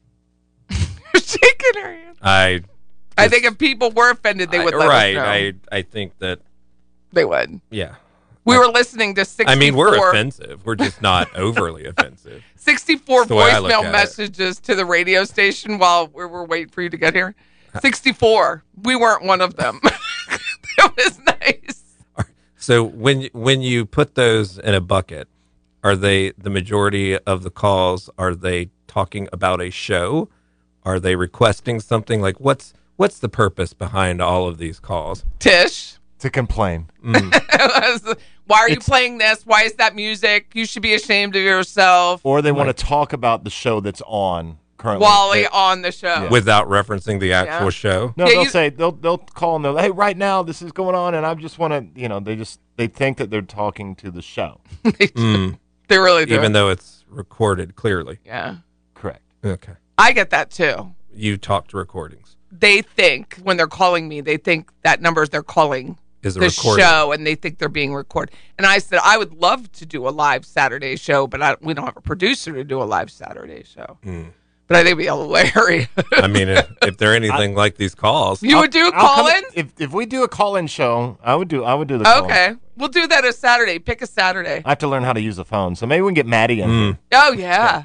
Speaker 1: You're shaking her hand.
Speaker 3: I.
Speaker 1: I think if people were offended, they would
Speaker 3: I,
Speaker 1: let
Speaker 3: right.
Speaker 1: us know.
Speaker 3: I. I think that.
Speaker 1: they would.
Speaker 3: Yeah.
Speaker 1: We were listening to 64,
Speaker 3: I mean, we're offensive. We're just not overly offensive.
Speaker 1: 64
Speaker 3: That's the way I look at
Speaker 1: voicemail
Speaker 3: it.
Speaker 1: messages to the radio station while we were waiting for you to get here. 64. We weren't one of them. it was nice.
Speaker 3: So when when you put those in a bucket, are they the majority of the calls? Are they talking about a show? Are they requesting something? Like what's what's the purpose behind all of these calls?
Speaker 1: Tish.
Speaker 2: To complain.
Speaker 1: Why are you playing this? Why is that music? You should be ashamed of yourself.
Speaker 2: Or they want to talk about the show that's on currently.
Speaker 1: Wally
Speaker 2: They-
Speaker 1: on the show.
Speaker 3: Without referencing the actual
Speaker 1: Yeah.
Speaker 3: show,
Speaker 2: No,
Speaker 1: Yeah,
Speaker 2: they'll
Speaker 1: you-
Speaker 2: say they'll they'll call and they'll hey right now this is going on and I just want to you know they just they think that they're talking to the show.
Speaker 1: they really do.
Speaker 3: even though it's recorded clearly.
Speaker 1: yeah.
Speaker 2: Correct.
Speaker 3: Okay,
Speaker 1: I get that too.
Speaker 3: you talked recordings.
Speaker 1: They think when they're calling me, they think that number is they're calling
Speaker 3: Is a
Speaker 1: the
Speaker 3: recording.
Speaker 1: show and they think they're being recorded. And I said, I would
Speaker 3: Hmm.
Speaker 1: love to do a live Saturday show, but I, we don't have a producer to do a live Saturday show. but I think it'd be hilarious.
Speaker 3: I mean, if, if they're anything like these calls,
Speaker 1: you would do
Speaker 2: I'll come-
Speaker 1: call-ins?
Speaker 2: If if we do a call in show, I would do I would do the call-in.
Speaker 1: Okay. We'll do that a Saturday. Pick a Saturday.
Speaker 2: I have to learn how to use a phone, so maybe we can get Maddie in.
Speaker 3: Mm.
Speaker 1: Oh yeah.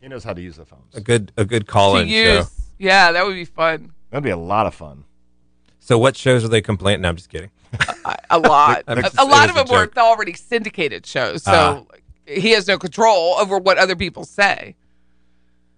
Speaker 2: He knows how to use the phones.
Speaker 3: a good a good call
Speaker 1: To
Speaker 3: in show.
Speaker 1: use. Yeah, that would be fun.
Speaker 2: That'd be a lot of fun.
Speaker 3: So what shows are they complaining? No, I'm just kidding.
Speaker 1: A- A lot.
Speaker 3: That
Speaker 1: a,
Speaker 3: makes
Speaker 1: a
Speaker 3: it
Speaker 1: lot of
Speaker 3: is a
Speaker 1: them were
Speaker 3: joke.
Speaker 1: already syndicated shows, so
Speaker 3: Ah.
Speaker 1: he has no control over what other people say.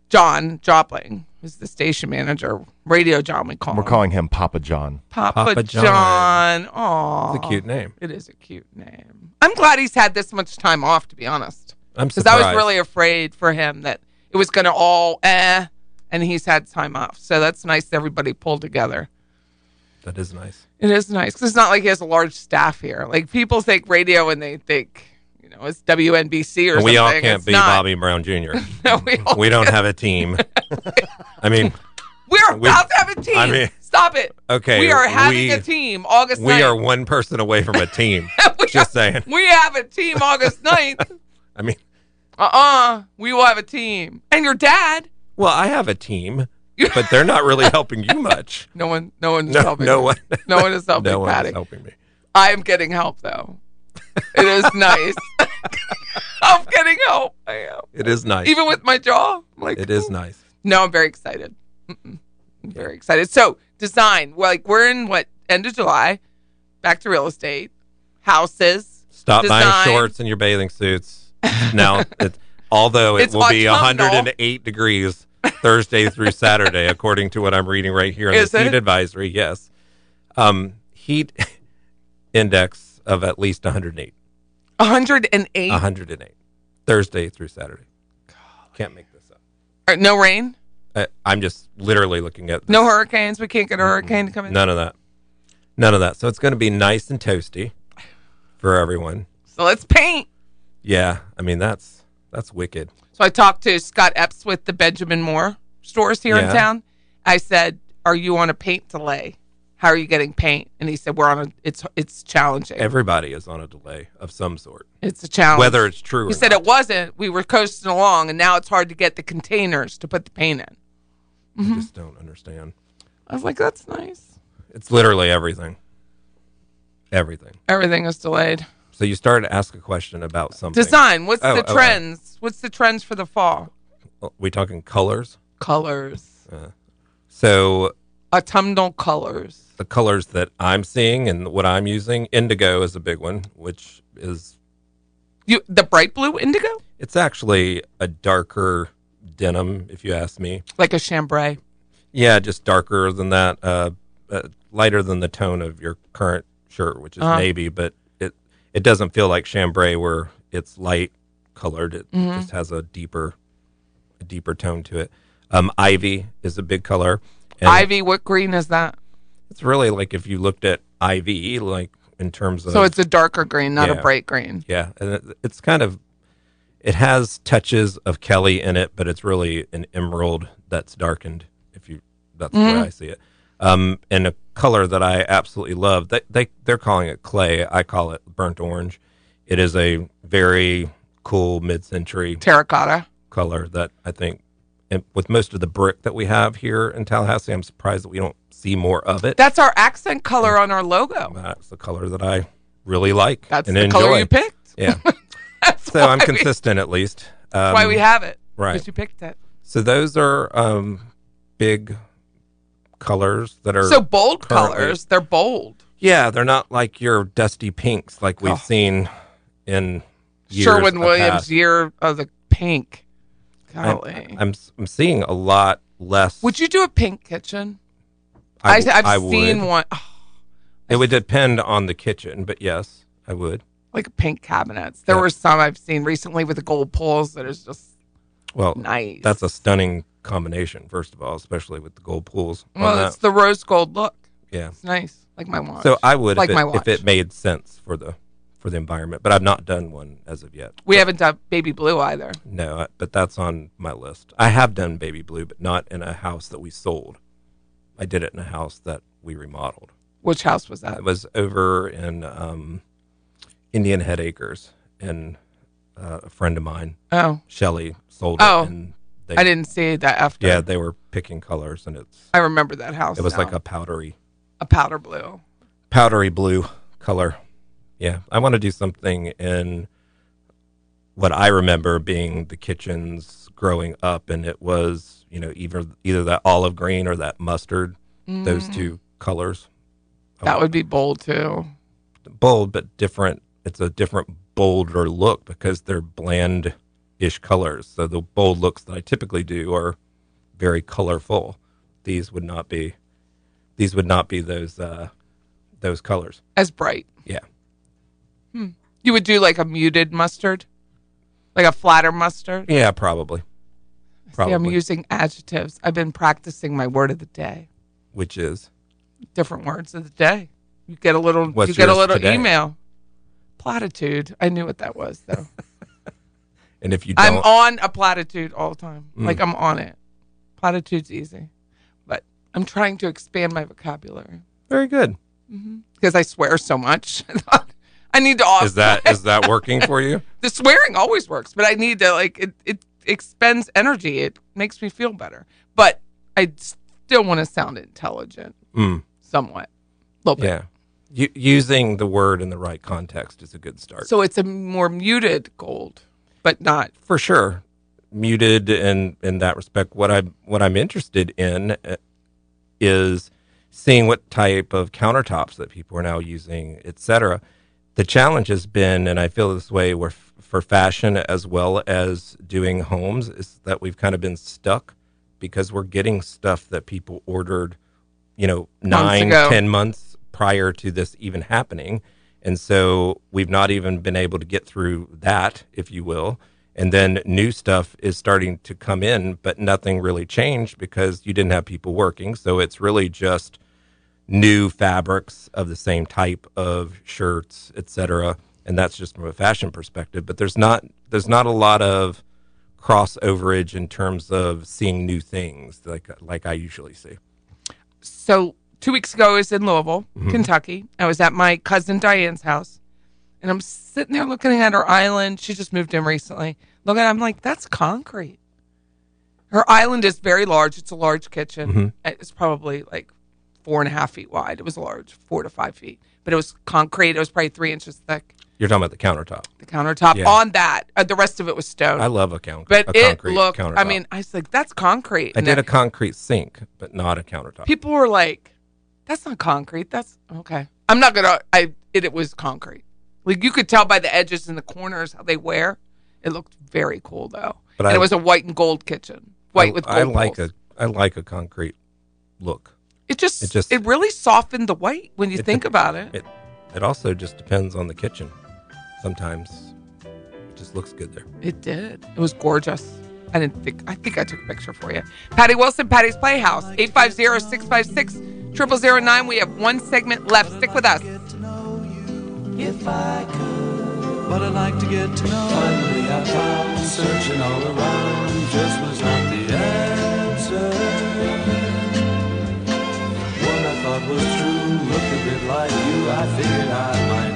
Speaker 1: John Jopling is the station manager. Radio John, we call
Speaker 2: We're
Speaker 1: him.
Speaker 2: calling him Papa John.
Speaker 1: Papa,
Speaker 3: Papa
Speaker 1: John.
Speaker 3: John.
Speaker 1: Aw.
Speaker 3: It's a cute name.
Speaker 1: It is a cute name. I'm glad he's had this much time off, to be honest.
Speaker 3: I'm
Speaker 1: Because I
Speaker 3: surprised.
Speaker 1: was really afraid for him that it was going to all eh, and he's had time off. So that's nice that everybody pulled together.
Speaker 3: that is nice.
Speaker 1: It is nice 'cause it's not like he has a large staff here. Like people think radio and they think, you know, it's WNBC or
Speaker 3: And we
Speaker 1: something.
Speaker 3: all can't
Speaker 1: It's
Speaker 3: be
Speaker 1: not.
Speaker 3: Bobby Brown Jr.
Speaker 1: we, all-
Speaker 3: we don't have a team. I mean,
Speaker 1: We're
Speaker 3: we-
Speaker 1: about to have a team.
Speaker 3: I mean-
Speaker 1: Stop it.
Speaker 3: okay,
Speaker 1: we are having
Speaker 3: we-
Speaker 1: a team August
Speaker 3: we
Speaker 1: 9th.
Speaker 3: are one person away from a team.
Speaker 1: We
Speaker 3: just
Speaker 1: are-
Speaker 3: saying.
Speaker 1: We have a team August 9th.
Speaker 3: I mean,
Speaker 1: Uh-uh. We will have a team. And your dad.
Speaker 3: well, I have a team, but they're not really helping you much.
Speaker 1: No one no one's
Speaker 3: No,
Speaker 1: helping.
Speaker 3: no
Speaker 1: me.
Speaker 3: one.
Speaker 1: No one is helping
Speaker 3: no one's
Speaker 1: Patty.
Speaker 3: helping me.
Speaker 1: I am getting help though. It is nice. I'm getting help. I am.
Speaker 3: It is nice.
Speaker 1: Even with my jaw. I'm like
Speaker 3: it is nice.
Speaker 1: No, I'm very excited. Mm-mm. I'm very excited. So design. Well, like we're in what end of July. Back to real estate, houses.
Speaker 3: Stop
Speaker 1: Design.
Speaker 3: buying shorts and your bathing suits. Now, it, although it
Speaker 1: It's
Speaker 3: will be
Speaker 1: autumnal.
Speaker 3: 108 degrees Thursday through Saturday, according to what I'm reading right here in
Speaker 1: Is
Speaker 3: this
Speaker 1: it?
Speaker 3: heat advisory. Yes, um, heat index of at least 108.
Speaker 1: 108.
Speaker 3: 108 Thursday through Saturday. Can't make this up.
Speaker 1: Or No rain.
Speaker 3: I, I'm just literally looking at this.
Speaker 1: No hurricanes. We can't get a hurricane to come in.
Speaker 3: None of that. None of that. So it's going to be nice and toasty for everyone.
Speaker 1: So let's paint.
Speaker 3: Yeah, I mean that's that's wicked.
Speaker 1: So I talked to Scott Epps with the Benjamin Moore stores here in
Speaker 3: Yeah.
Speaker 1: town. I said, "Are you on a paint delay? How are you getting paint?" And he said, "We're on a. It's it's challenging.
Speaker 3: Everybody is on a delay of some sort.
Speaker 1: it's a challenge.
Speaker 3: whether it's true
Speaker 1: He
Speaker 3: or
Speaker 1: said
Speaker 3: not.
Speaker 1: it wasn't. We were coasting along, and now it's hard to get the containers to put the paint in.
Speaker 3: I just don't understand.
Speaker 1: I was like, that's nice.
Speaker 3: It's literally everything. Everything.
Speaker 1: Everything is delayed.
Speaker 3: So you started to ask a question about something.
Speaker 1: Design. What's
Speaker 3: Oh,
Speaker 1: the
Speaker 3: oh, oh.
Speaker 1: trends? What's the trends for the fall?
Speaker 3: Well, We talking colors?
Speaker 1: Colors.
Speaker 3: So
Speaker 1: Autumnal colors.
Speaker 3: the colors that I'm seeing and what I'm using, indigo is a big one, which is
Speaker 1: You the bright blue indigo,
Speaker 3: it's actually a darker denim, if you ask me.
Speaker 1: like a chambray.
Speaker 3: Yeah, just darker than that, uh, uh, lighter than the tone of your current shirt, which is
Speaker 1: Uh-huh.
Speaker 3: navy, but it it doesn't feel like chambray where it's light colored. It
Speaker 1: Mm-hmm.
Speaker 3: just has a deeper a deeper tone to it. Um, ivy is a big color. And
Speaker 1: Ivy. What green is that?
Speaker 3: It's really like if you looked at ivy, like in terms of
Speaker 1: So it's a darker green, not a
Speaker 3: yeah.
Speaker 1: bright green.
Speaker 3: yeah, and it, it's kind of it has touches of Kelly in it, but it's really an emerald that's darkened. If you that's the
Speaker 1: Mm-hmm.
Speaker 3: way I see it. Um, and a color that I absolutely love. They, they they're calling it clay. I call it burnt orange. It is a very cool mid-century
Speaker 1: Terracotta.
Speaker 3: color that I think, and with most of the brick that we have here in Tallahassee, I'm surprised that we don't see more of it.
Speaker 1: That's our accent color on our logo.
Speaker 3: That's the color that I really like.
Speaker 1: That's
Speaker 3: and
Speaker 1: the
Speaker 3: enjoy.
Speaker 1: color you picked.
Speaker 3: Yeah.
Speaker 1: That's
Speaker 3: So I'm
Speaker 1: why we-
Speaker 3: consistent at least. Um,
Speaker 1: that's why we have it.
Speaker 3: right.
Speaker 1: Because you picked it.
Speaker 3: so those are um, big colors that are
Speaker 1: So bold
Speaker 3: currently-
Speaker 1: colors. They're bold.
Speaker 3: yeah, they're not like your dusty pinks like we've
Speaker 1: Oh.
Speaker 3: seen in years
Speaker 1: Sherwin
Speaker 3: of
Speaker 1: Williams
Speaker 3: past.
Speaker 1: year of the pink.
Speaker 3: I'm,
Speaker 1: Golly.
Speaker 3: I'm I'm seeing a lot less.
Speaker 1: would you do a pink kitchen?
Speaker 3: I,
Speaker 1: I, have
Speaker 3: I
Speaker 1: seen
Speaker 3: would.
Speaker 1: one oh,
Speaker 3: It would depend on the kitchen, but yes, I would.
Speaker 1: like pink cabinets. There
Speaker 3: Yeah.
Speaker 1: were some I've seen recently with the gold poles that is just
Speaker 3: Well,
Speaker 1: nice.
Speaker 3: that's a stunning combination. First of all, especially with the gold pools. on
Speaker 1: well,
Speaker 3: that.
Speaker 1: it's the rose gold look.
Speaker 3: yeah.
Speaker 1: It's nice, like my watch.
Speaker 3: So I would
Speaker 1: Like
Speaker 3: if,
Speaker 1: my
Speaker 3: it,
Speaker 1: watch.
Speaker 3: if it made sense for the for the environment, but I've not done one as of yet.
Speaker 1: we haven't done baby blue either.
Speaker 3: No, I- but that's on my list. I have done baby blue, but not in a house that we sold. I did it in a house that we remodeled.
Speaker 1: Which house was that?
Speaker 3: It was over in um, Indian Head Acres, and uh, a friend of mine,
Speaker 1: Oh,
Speaker 3: Shelly, sold
Speaker 1: Oh.
Speaker 3: it, and They,
Speaker 1: I didn't see that after.
Speaker 3: Yeah, they were picking colors, and it's
Speaker 1: I remember that house.
Speaker 3: it was
Speaker 1: now.
Speaker 3: like a powdery
Speaker 1: a powder blue.
Speaker 3: powdery blue color. Yeah, I want to do something in what I remember being the kitchens growing up, and it was you know either either that olive green or that mustard, those two colors. I
Speaker 1: That
Speaker 3: want
Speaker 1: would be bold too.
Speaker 3: bold, but different. It's a different bolder look because they're bland ish colors. So the bold looks that I typically do are very colorful. These would not be. These would not be those uh, those colors.
Speaker 1: As bright.
Speaker 3: Yeah.
Speaker 1: You would do like a muted mustard, like a flatter mustard.
Speaker 3: Yeah, probably.
Speaker 1: See, I'm
Speaker 3: Probably.
Speaker 1: using adjectives. I've been practicing my word of the day,
Speaker 3: Which is
Speaker 1: different words of the day. You get a little.
Speaker 3: What's
Speaker 1: you get a
Speaker 3: yours
Speaker 1: little
Speaker 3: today?
Speaker 1: email. Platitude. I knew what that was though.
Speaker 3: and if you
Speaker 1: I'm
Speaker 3: don't Mm.
Speaker 1: on a platitude all the time. Like I'm on it. Platitude's easy, but I'm trying to expand my vocabulary
Speaker 3: very good.
Speaker 1: because I swear so much. I need to offset.
Speaker 3: Is that is that working for you?
Speaker 1: the swearing always works, but I need to like it. It expends energy. It makes me feel better, but I still want to sound intelligent,
Speaker 3: Mm.
Speaker 1: somewhat, little bit.
Speaker 3: Yeah. U- using the word in the right context is a good start.
Speaker 1: So it's a more muted gold, but not
Speaker 3: for sure muted in in that respect what i what i'm interested in uh, is seeing what type of countertops that people are now using etc the challenge has been and i feel this way where f- for fashion as well as doing homes is that we've kind of been stuck because we're getting stuff that people ordered you know nine
Speaker 1: ago.
Speaker 3: ten months prior to this even happening and so we've not even been able to get through that if you will and then new stuff is starting to come in but nothing really changed because you didn't have people working so it's really just new fabrics of the same type of shirts, etc. And that's just from a fashion perspective. But there's not there's not a lot of crossoverage in terms of seeing new things like like I usually see.
Speaker 1: so two weeks ago, I was in Louisville,
Speaker 3: Mm-hmm.
Speaker 1: Kentucky. I was at my cousin Diane's house, and I'm sitting there looking at her island. She just moved in recently. Look at, I'm like, that's concrete. Her island is very large. It's a large kitchen.
Speaker 3: Mm-hmm.
Speaker 1: Uh, It's probably like four and a half feet wide. It was large, four to five feet, but it was concrete. It was probably three inches thick.
Speaker 3: You're talking about the countertop.
Speaker 1: The countertop
Speaker 3: Yeah.
Speaker 1: on that, uh, the rest of it was stone.
Speaker 3: I love a counter,
Speaker 1: but
Speaker 3: a
Speaker 1: it
Speaker 3: concrete
Speaker 1: looked.
Speaker 3: countertop.
Speaker 1: I mean, I was like, that's concrete.
Speaker 3: I
Speaker 1: And
Speaker 3: did
Speaker 1: then
Speaker 3: a concrete sink, but not a countertop.
Speaker 1: people were like, "That's not concrete. That's okay." I'm not gonna. I it, it was concrete. Like you could tell by the edges and the corners how they wear. It looked very cool though.
Speaker 3: But
Speaker 1: and
Speaker 3: I-
Speaker 1: it was a white and gold kitchen, white
Speaker 3: I,
Speaker 1: with gold
Speaker 3: I like
Speaker 1: poles.
Speaker 3: a I like a concrete look.
Speaker 1: It just,
Speaker 3: it
Speaker 1: it
Speaker 3: just-
Speaker 1: really softened the white when you
Speaker 3: It
Speaker 1: think
Speaker 3: dep-
Speaker 1: about it.
Speaker 3: It it also just depends on the kitchen. Sometimes it just looks good there.
Speaker 1: It did. It was gorgeous. I didn't think, I think I took a picture for you. Patty Wilson, Patty's Playhouse, 850 656 0009. We have one segment left. Stick with us.
Speaker 7: get to know you if I could. But I'd like to get to know Finally, I found searching all around just was not the answer. What I thought was true looked a bit like you. I figured I might.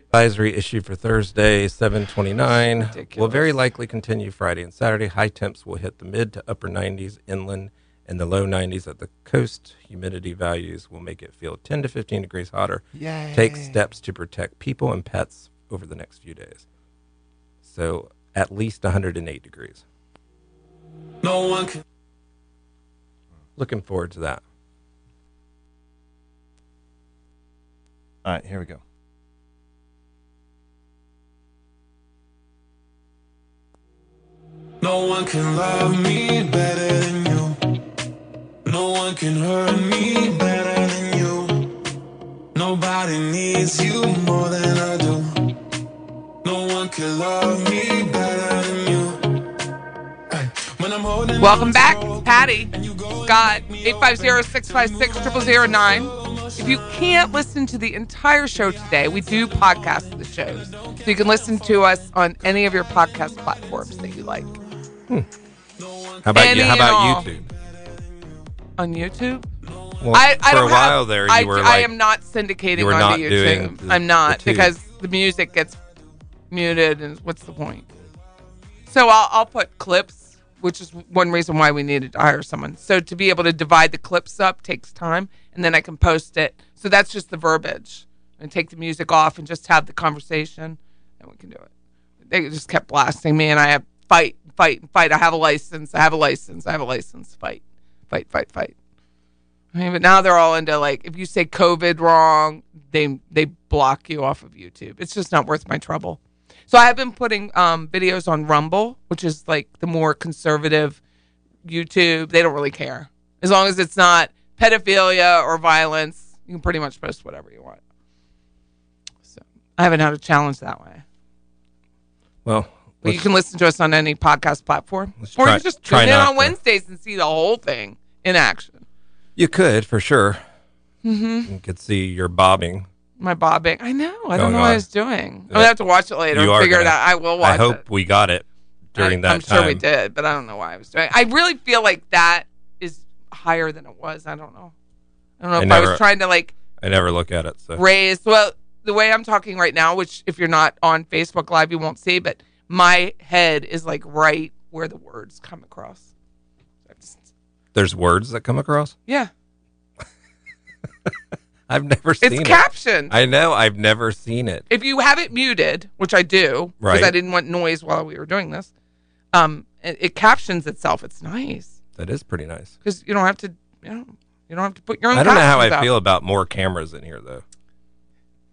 Speaker 3: advisory issued for Thursday, 729, will
Speaker 1: Ridiculous.
Speaker 3: very likely continue Friday and Saturday. High temps will hit the mid to upper 90s inland and the low 90s at the coast. Humidity values will make it feel 10 to 15 degrees hotter.
Speaker 2: Yay.
Speaker 3: Take steps to protect people and pets over the next few days. So at least 108 degrees.
Speaker 7: No one can.
Speaker 3: Looking forward to that.
Speaker 2: All right, here we go.
Speaker 7: No one can love me better than you. No one can hurt me better than you. Nobody needs you more than I do. No one can love me better than you. Ay, When I'm holding
Speaker 1: Welcome
Speaker 7: on to
Speaker 1: back. It's
Speaker 7: hope
Speaker 1: Patty.
Speaker 7: and you go and
Speaker 1: Scott,
Speaker 7: pick me up and
Speaker 1: 850-656-0009. If you can't listen to the entire show today, we do podcast the shows. So you can listen to us on any of your podcast platforms that you like.
Speaker 3: How about
Speaker 1: Any
Speaker 3: you? How
Speaker 1: and all.
Speaker 3: about YouTube?
Speaker 1: On YouTube?
Speaker 3: Well,
Speaker 1: I, I
Speaker 3: for
Speaker 1: don't
Speaker 3: a while
Speaker 1: have,
Speaker 3: there, you
Speaker 1: I,
Speaker 3: were
Speaker 1: I
Speaker 3: like,
Speaker 1: am not syndicating
Speaker 3: you were
Speaker 1: onto
Speaker 3: not doing
Speaker 1: YouTube.
Speaker 3: the-
Speaker 1: I'm not
Speaker 3: the two.
Speaker 1: because the music gets muted, and what's the point? So I'll, I'll put clips, which is one reason why we needed to hire someone. So to be able to divide the clips up takes time, and then I can post it. So that's just the verbiage, and take the music off and just have the conversation, and we can do it. They just kept blasting me, and I have fight, fight, fight. I have a license. I have a license. I have a license. Fight, fight, fight, fight. I mean, but now they're all into like if you say COVID wrong, they they block you off of YouTube. It's just not worth my trouble. So I have been putting um, videos on Rumble, which is like the more conservative YouTube. They don't really care as long as it's not pedophilia or violence. You can pretty much post whatever you want. So I haven't had a challenge that way.
Speaker 3: Well,
Speaker 1: But you can listen to us on any podcast platform,
Speaker 3: Let's
Speaker 1: or
Speaker 3: try-
Speaker 1: you can just
Speaker 3: try
Speaker 1: tune in
Speaker 3: not
Speaker 1: on
Speaker 3: to.
Speaker 1: Wednesdays and see the whole thing in action.
Speaker 3: you could for sure. Mm-hmm. You could see you're bobbing.
Speaker 1: my bobbing. I know. I don't
Speaker 3: Going
Speaker 1: know what
Speaker 3: on.
Speaker 1: I was doing. I'm
Speaker 3: Oh, Yeah.
Speaker 1: gonna have to watch it later
Speaker 3: You
Speaker 1: and
Speaker 3: are
Speaker 1: figure it
Speaker 3: gonna-
Speaker 1: out. I will watch
Speaker 3: I hope
Speaker 1: it.
Speaker 3: we got it during
Speaker 1: I,
Speaker 3: that
Speaker 1: I'm
Speaker 3: time.
Speaker 1: sure we did, but I don't know why I was doing. I really feel like that is higher than it was. I don't know. I don't know
Speaker 3: I
Speaker 1: if I
Speaker 3: never-
Speaker 1: was trying to like
Speaker 3: I never look at it. So
Speaker 1: raise. Well, the way I'm talking right now, which if you're not on Facebook Live, you won't see, but my head is like right where the words come across. That's-
Speaker 3: there's words that come across.
Speaker 1: Yeah,
Speaker 3: I've never seen
Speaker 1: it's
Speaker 3: it.
Speaker 1: captioned.
Speaker 3: I know. I've never seen it.
Speaker 1: if you have it muted, which I do, because
Speaker 3: Right.
Speaker 1: I didn't want noise while we were doing this, um, it, it captions itself. It's nice
Speaker 3: That is pretty nice.
Speaker 1: because you don't have to, you know, you don't have to put your own.
Speaker 3: I don't know how I
Speaker 1: captions out.
Speaker 3: feel about more cameras in here though.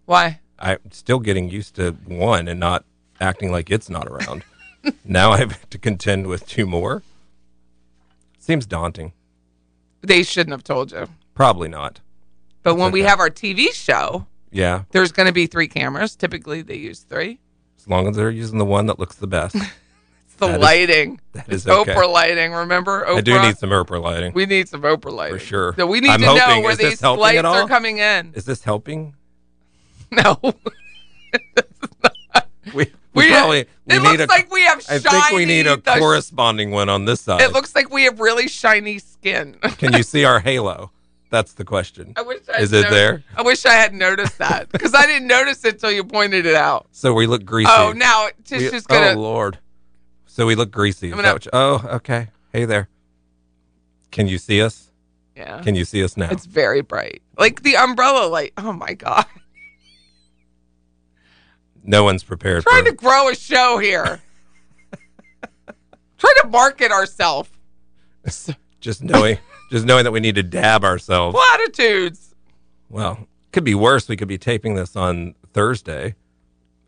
Speaker 1: Why?
Speaker 3: I'm still getting used to one and not acting like it's not around. now I have to contend with two more. Seems daunting.
Speaker 1: They shouldn't have told you.
Speaker 3: Probably not.
Speaker 1: But when we
Speaker 3: okay.
Speaker 1: have our TV show,
Speaker 3: Yeah,
Speaker 1: there's going to be three cameras. Typically, they use three.
Speaker 3: as long as they're using the one that looks the best.
Speaker 1: It's the
Speaker 3: That is-
Speaker 1: lighting.
Speaker 3: That is okay.
Speaker 1: Oprah lighting. Remember Oprah?
Speaker 3: I do need some Oprah lighting.
Speaker 1: we need some Oprah lighting
Speaker 3: sure.
Speaker 1: So we need
Speaker 3: I'm
Speaker 1: to know
Speaker 3: hoping-
Speaker 1: where
Speaker 3: is this
Speaker 1: these
Speaker 3: helping
Speaker 1: lights
Speaker 3: at
Speaker 1: are
Speaker 3: all?
Speaker 1: coming in.
Speaker 3: Is this helping?
Speaker 1: No, we,
Speaker 3: We, we, probably we
Speaker 1: it
Speaker 3: need
Speaker 1: looks
Speaker 3: a,
Speaker 1: like we have. Shiny,
Speaker 3: I think we need a
Speaker 1: the
Speaker 3: corresponding one on this side.
Speaker 1: It looks like we have really shiny skin.
Speaker 3: Can you see our halo? That's the question.
Speaker 1: I wish I
Speaker 3: Is
Speaker 1: had
Speaker 3: it
Speaker 1: noti-
Speaker 3: there?
Speaker 1: I wish I had noticed that because I didn't notice it till you pointed it out.
Speaker 3: So we look greasy.
Speaker 1: Oh, now
Speaker 3: We-
Speaker 1: Tish is gonna.
Speaker 3: Oh Lord. So we look greasy. Is
Speaker 1: I'm
Speaker 3: that
Speaker 1: gonna-
Speaker 3: what you- oh, okay. Hey there. Can you see us?
Speaker 1: yeah,
Speaker 3: Can you see us now?
Speaker 1: it's very bright, like the umbrella light. Oh my god,
Speaker 3: no one's prepared for
Speaker 1: trying to grow a show here, trying to market ourselves.
Speaker 3: just knowing just knowing that we need to dab ourselves.
Speaker 1: Platitudes.
Speaker 3: Well, could be worse. We could be taping this on Thursday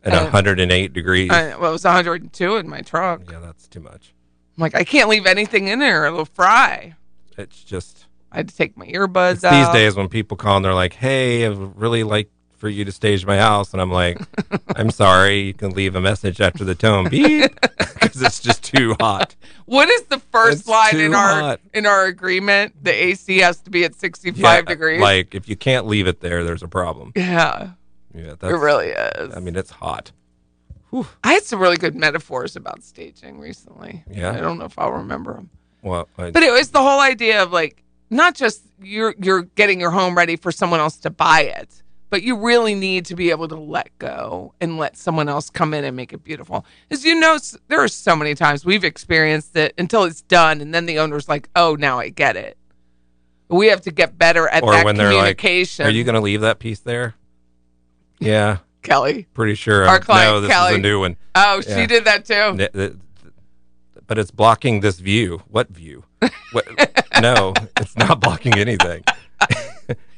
Speaker 3: at
Speaker 1: Uh,
Speaker 3: 108 degrees.
Speaker 1: I, well, it was 102 in my truck.
Speaker 3: yeah, that's too much.
Speaker 1: I'm like, I can't leave anything in there; it'll fry.
Speaker 3: It's just
Speaker 1: I had to take my earbuds
Speaker 3: it's
Speaker 1: out.
Speaker 3: these days when people call and they're like, "Hey, I would really like for you to stage my house," and I'm like, "I'm sorry. You can leave a message after the tone beep because it's just too hot."
Speaker 1: What is the first
Speaker 3: It's
Speaker 1: line
Speaker 3: too
Speaker 1: in our
Speaker 3: hot.
Speaker 1: in our agreement? The AC has to be at sixty
Speaker 3: Yeah,
Speaker 1: five degrees.
Speaker 3: Like if you can't leave it there, there's a problem.
Speaker 1: yeah,
Speaker 3: Yeah,
Speaker 1: it
Speaker 3: that's,
Speaker 1: really is.
Speaker 3: I mean, it's hot.
Speaker 1: I had some really good metaphors about staging recently.
Speaker 3: Yeah?
Speaker 1: I don't know if I'll remember them,
Speaker 3: Well, I,
Speaker 1: but it was the whole idea of like not just you're you're getting your home ready for someone else to buy it, but you really need to be able to let go and let someone else come in and make it beautiful. As you know, s- there are so many times we've experienced it until it's done, and then the owner's like, "Oh, now I get it." We have to get better at
Speaker 3: or
Speaker 1: that
Speaker 3: when they're like,
Speaker 1: communication.
Speaker 3: "Are you going to leave that piece there?" Yeah,
Speaker 1: Kelly?
Speaker 3: pretty sure.
Speaker 1: Our
Speaker 3: I'm-
Speaker 1: client,
Speaker 3: no, this is
Speaker 1: Kelly.
Speaker 3: a new one.
Speaker 1: Oh,
Speaker 3: Yeah.
Speaker 1: she did that too.
Speaker 3: N- th- th- But it's blocking this view. What view? What? no, it's not blocking anything.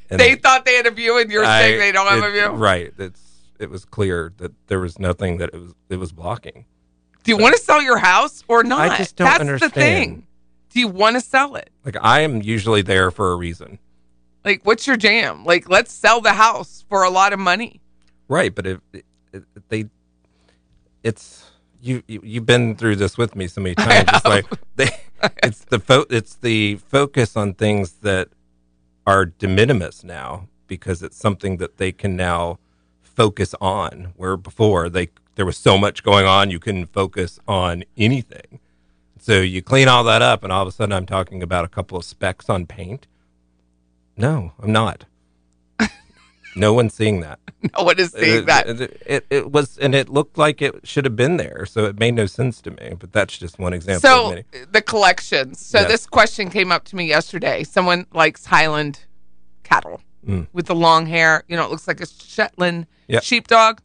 Speaker 3: And
Speaker 1: They thought they had a view, and you're
Speaker 3: I-
Speaker 1: saying they don't have
Speaker 3: it-
Speaker 1: a view.
Speaker 3: Right. It's it was clear that there was nothing that it was it was blocking.
Speaker 1: Do you want to sell your house or not?
Speaker 3: just don't
Speaker 1: That's
Speaker 3: understand.
Speaker 1: the thing. Do you want to sell it?
Speaker 3: Like I am usually there for a reason.
Speaker 1: Like, what's your jam? Like, let's sell the house for a lot of money.
Speaker 3: Right, but if it, it, they, it's you, you. You've been through this with me so many times. It's like they, it's the fo- it's the focus on things that are de minimis now because it's something that they can now focus on. Where before they there was so much going on, you couldn't focus on anything. So you clean all that up, and all of a sudden, I'm talking about a couple of specks on paint. No, I'm not. No one's seeing that.
Speaker 1: No one is
Speaker 3: Uh,
Speaker 1: seeing that.
Speaker 3: It, it, it was, and it looked like it should have been there, so it made no sense to me. But that's just one example. of
Speaker 1: So
Speaker 3: many.
Speaker 1: the collections. So
Speaker 3: Yes.
Speaker 1: this question came up to me yesterday. Someone likes Highland cattle
Speaker 3: Mm.
Speaker 1: with the long hair. You know, it looks like a Shetland
Speaker 3: Yep.
Speaker 1: sheepdog,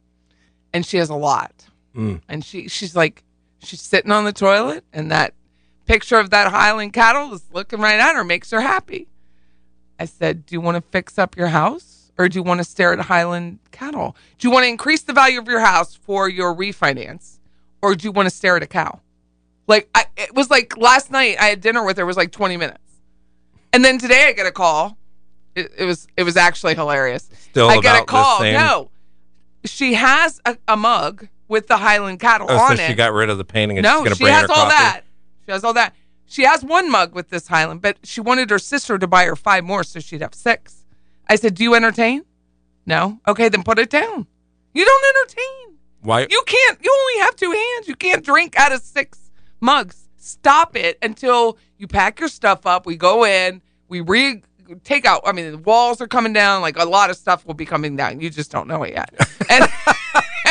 Speaker 1: and she has a lot.
Speaker 3: Mm.
Speaker 1: And she she's like she's sitting on the toilet, and that picture of that Highland cattle is looking right at her, makes her happy. I said, "Do you want to fix up your house, or do you want to stare at Highland cattle? Do you want to increase the value of your house for your refinance, or do you want to stare at a cow?" Like I, it was like last night I had dinner with her it was like 20 minutes, and then today I get a call. It, it was it was actually hilarious.
Speaker 3: Still
Speaker 1: I get a
Speaker 3: about the
Speaker 1: call.
Speaker 3: same-
Speaker 1: No, she has a, a mug with the Highland cattle
Speaker 3: Oh,
Speaker 1: on
Speaker 3: so
Speaker 1: it.
Speaker 3: she got rid of the painting. And she's
Speaker 1: no,
Speaker 3: gonna
Speaker 1: she
Speaker 3: bring
Speaker 1: has
Speaker 3: her
Speaker 1: all
Speaker 3: coffee.
Speaker 1: that. She has all that. She has one mug with this Highland, but she wanted her sister to buy her five more, so she'd have six. I said, "Do you entertain?" No. Okay, then put it down. You don't entertain.
Speaker 3: Why?
Speaker 1: You can't. You only have two hands. You can't drink out of six mugs. Stop it until you pack your stuff up. We go in. We re take out. I mean, the walls are coming down. Like a lot of stuff will be coming down. You just don't know it yet. And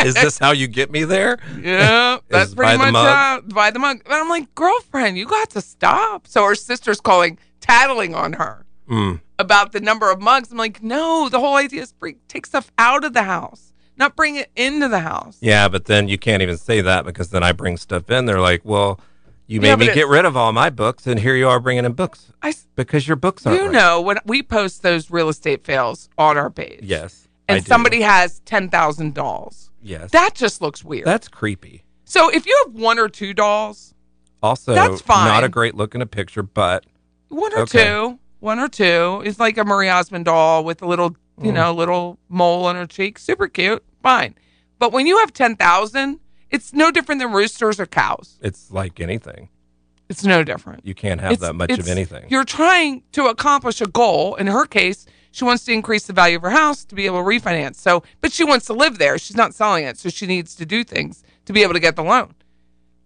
Speaker 3: is this how you get me there?
Speaker 1: yeah, that's
Speaker 3: Is
Speaker 1: pretty
Speaker 3: by
Speaker 1: much
Speaker 3: the mug.
Speaker 1: how- by the mug. And I'm like, girlfriend, you got to stop. So her sister's calling, tattling on her
Speaker 3: Mm.
Speaker 1: about the number of mugs. I'm like, no, the whole idea is bring take stuff out of the house, not bring it into the house.
Speaker 3: Yeah, but then you can't even say that because then I bring stuff in. They're like, well, you made
Speaker 1: Yeah, but
Speaker 3: me
Speaker 1: it-
Speaker 3: get rid of all my books, and here you are bringing in books
Speaker 1: I s-
Speaker 3: because your books aren't.
Speaker 1: you
Speaker 3: right.
Speaker 1: know when we post those real estate fails on our page.
Speaker 3: Yes. I
Speaker 1: And
Speaker 3: do.
Speaker 1: somebody has ten thousand dolls.
Speaker 3: Yes.
Speaker 1: That just looks weird.
Speaker 3: that's creepy.
Speaker 1: so if you have one or two dolls,
Speaker 3: Also,
Speaker 1: That's fine.
Speaker 3: not a great look in a picture, but
Speaker 1: one or
Speaker 3: Okay.
Speaker 1: two, one or two is like a Marie Osmond doll with a little,
Speaker 3: Mm.
Speaker 1: you know, little mole on her cheek. Super cute. Fine. But when you have ten thousand, it's no different than roosters or cows.
Speaker 3: it's like anything.
Speaker 1: It's no different.
Speaker 3: You can't have
Speaker 1: It's-
Speaker 3: that much of
Speaker 1: it's-
Speaker 3: anything.
Speaker 1: You're trying to accomplish a goal. In her case, she wants to increase the value of her house to be able to refinance. So, but she wants to live there. She's not selling it, so she needs to do things to be able to get the loan.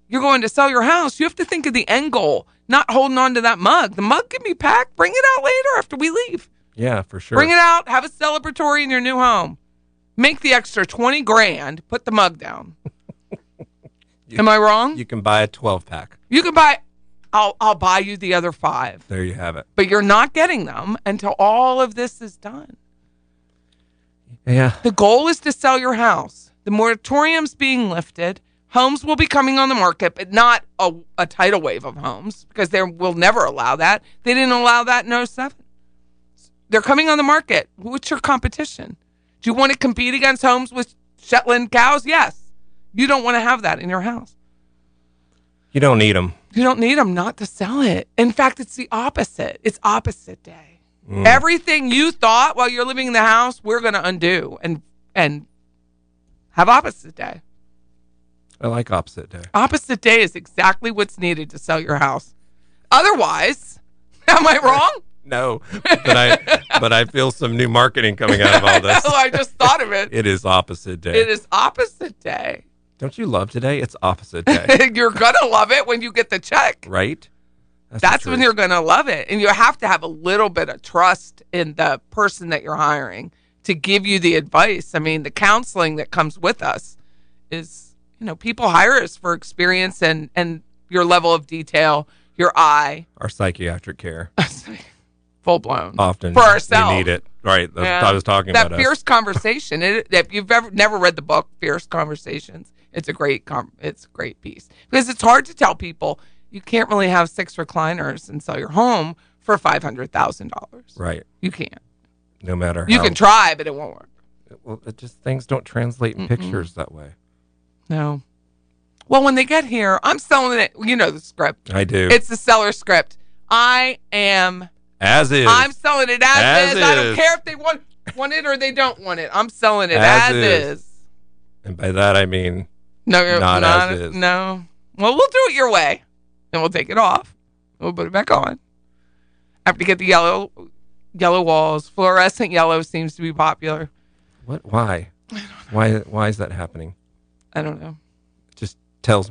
Speaker 1: You're going to sell your house. You have to think of the end goal, not holding on to that mug. The mug can be packed. Bring it out later after we leave.
Speaker 3: Yeah, for sure.
Speaker 1: Bring it out. Have a celebratory in your new home. Make the extra twenty grand. Put the mug down. Am I wrong?
Speaker 3: You can buy a 12 pack.
Speaker 1: you can buy. I'll I'll buy you the other five
Speaker 3: There you have it.
Speaker 1: but you're not getting them until all of this is done.
Speaker 3: Yeah.
Speaker 1: The goal is to sell your house. The moratorium's being lifted. Homes will be coming on the market, but not a, a tidal wave of homes because they will never allow that. They didn't allow that in 07. They're coming on the market. What's your competition? Do you want to compete against homes with Shetland cows? Yes. You don't want to have that in your house.
Speaker 3: You don't need them.
Speaker 1: You don't need them not to sell it. In fact, it's the opposite. It's opposite day. Everything you thought while you're living in the house, we're going to undo and and have opposite day.
Speaker 3: I like opposite day.
Speaker 1: Opposite day is exactly what's needed to sell your house. Otherwise, am I wrong?
Speaker 3: No, but I but I feel some new marketing coming out of all
Speaker 1: no,
Speaker 3: this.
Speaker 1: I just thought of it.
Speaker 3: It is opposite day.
Speaker 1: It is opposite day.
Speaker 3: Don't you love today? It's opposite day,
Speaker 1: you're going to love it when you get the check.
Speaker 3: right? the
Speaker 1: That's when
Speaker 3: truth.
Speaker 1: you're going to love it. And you have to have a little bit of trust in the person that you're hiring to give you the advice. I mean, the counseling that comes with us is, you know, people hire us for experience and and your level of detail, your eye,
Speaker 3: our psychiatric care.
Speaker 1: full blown.
Speaker 3: Often
Speaker 1: For ourselves.
Speaker 3: we need it. Right. That's what I was talking
Speaker 1: that
Speaker 3: about us.
Speaker 1: fierce conversation. It, if you've ever never read the book Fierce Conversations, it's a great com- it's a great piece because it's hard to tell people you can't really have six recliners and sell your home for five hundred thousand dollars.
Speaker 3: Right.
Speaker 1: You can't.
Speaker 3: No matter
Speaker 1: You
Speaker 3: how
Speaker 1: can try, but it won't work.
Speaker 3: well, it just things don't translate in pictures that way.
Speaker 1: No. Well, when they get here, I'm selling it. You know the script.
Speaker 3: I do.
Speaker 1: It's the seller script. I am.
Speaker 3: as is.
Speaker 1: I'm selling it as,
Speaker 3: As
Speaker 1: is. I don't
Speaker 3: is.
Speaker 1: care if they want want it or they don't want it. I'm selling it as,
Speaker 3: As
Speaker 1: is.
Speaker 3: is. and by that I mean
Speaker 1: No, you're
Speaker 3: Not
Speaker 1: not.
Speaker 3: as is.
Speaker 1: No. Well, we'll do it your way, and we'll take it off. We'll put it back on. After you get the yellow, yellow walls, fluorescent yellow seems to be popular.
Speaker 3: what why? Why why is that happening?
Speaker 1: I don't know.
Speaker 3: It just tells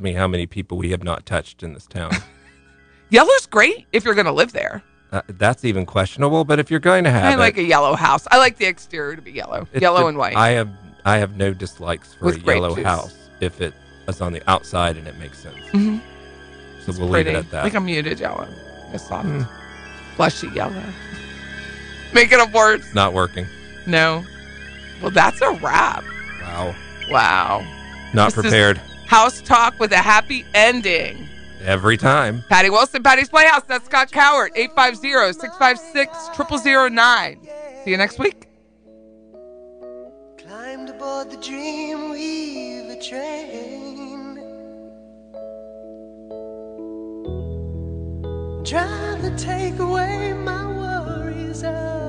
Speaker 3: me how many people we have not touched in this town.
Speaker 1: Yellow's great if you're going to live there.
Speaker 3: Uh, that's even questionable. But if you're going to have
Speaker 1: I like a
Speaker 3: it,
Speaker 1: yellow house. I like the exterior to be yellow,
Speaker 3: it's
Speaker 1: yellow
Speaker 3: a-
Speaker 1: and white.
Speaker 3: I have I have no dislikes for
Speaker 1: With
Speaker 3: a
Speaker 1: grape
Speaker 3: yellow
Speaker 1: juice.
Speaker 3: house if it is on the outside and it makes sense.
Speaker 1: Mhm.
Speaker 3: So we'll leave it at that. Hmm.
Speaker 1: Like a muted yellow, a soft, blushy yellow. Making up words.
Speaker 3: It's not working.
Speaker 1: No. Well, that's a wrap.
Speaker 3: Wow.
Speaker 1: Wow.
Speaker 3: Not
Speaker 1: This is-
Speaker 3: prepared
Speaker 1: House talk with a happy ending.
Speaker 3: every time.
Speaker 1: Patty Wilson, Patty's Playhouse. That's Scott Coward, 850 656 0009. See you next week.
Speaker 6: Climbed aboard the Dreamweaver train. Trying to take away my worries. I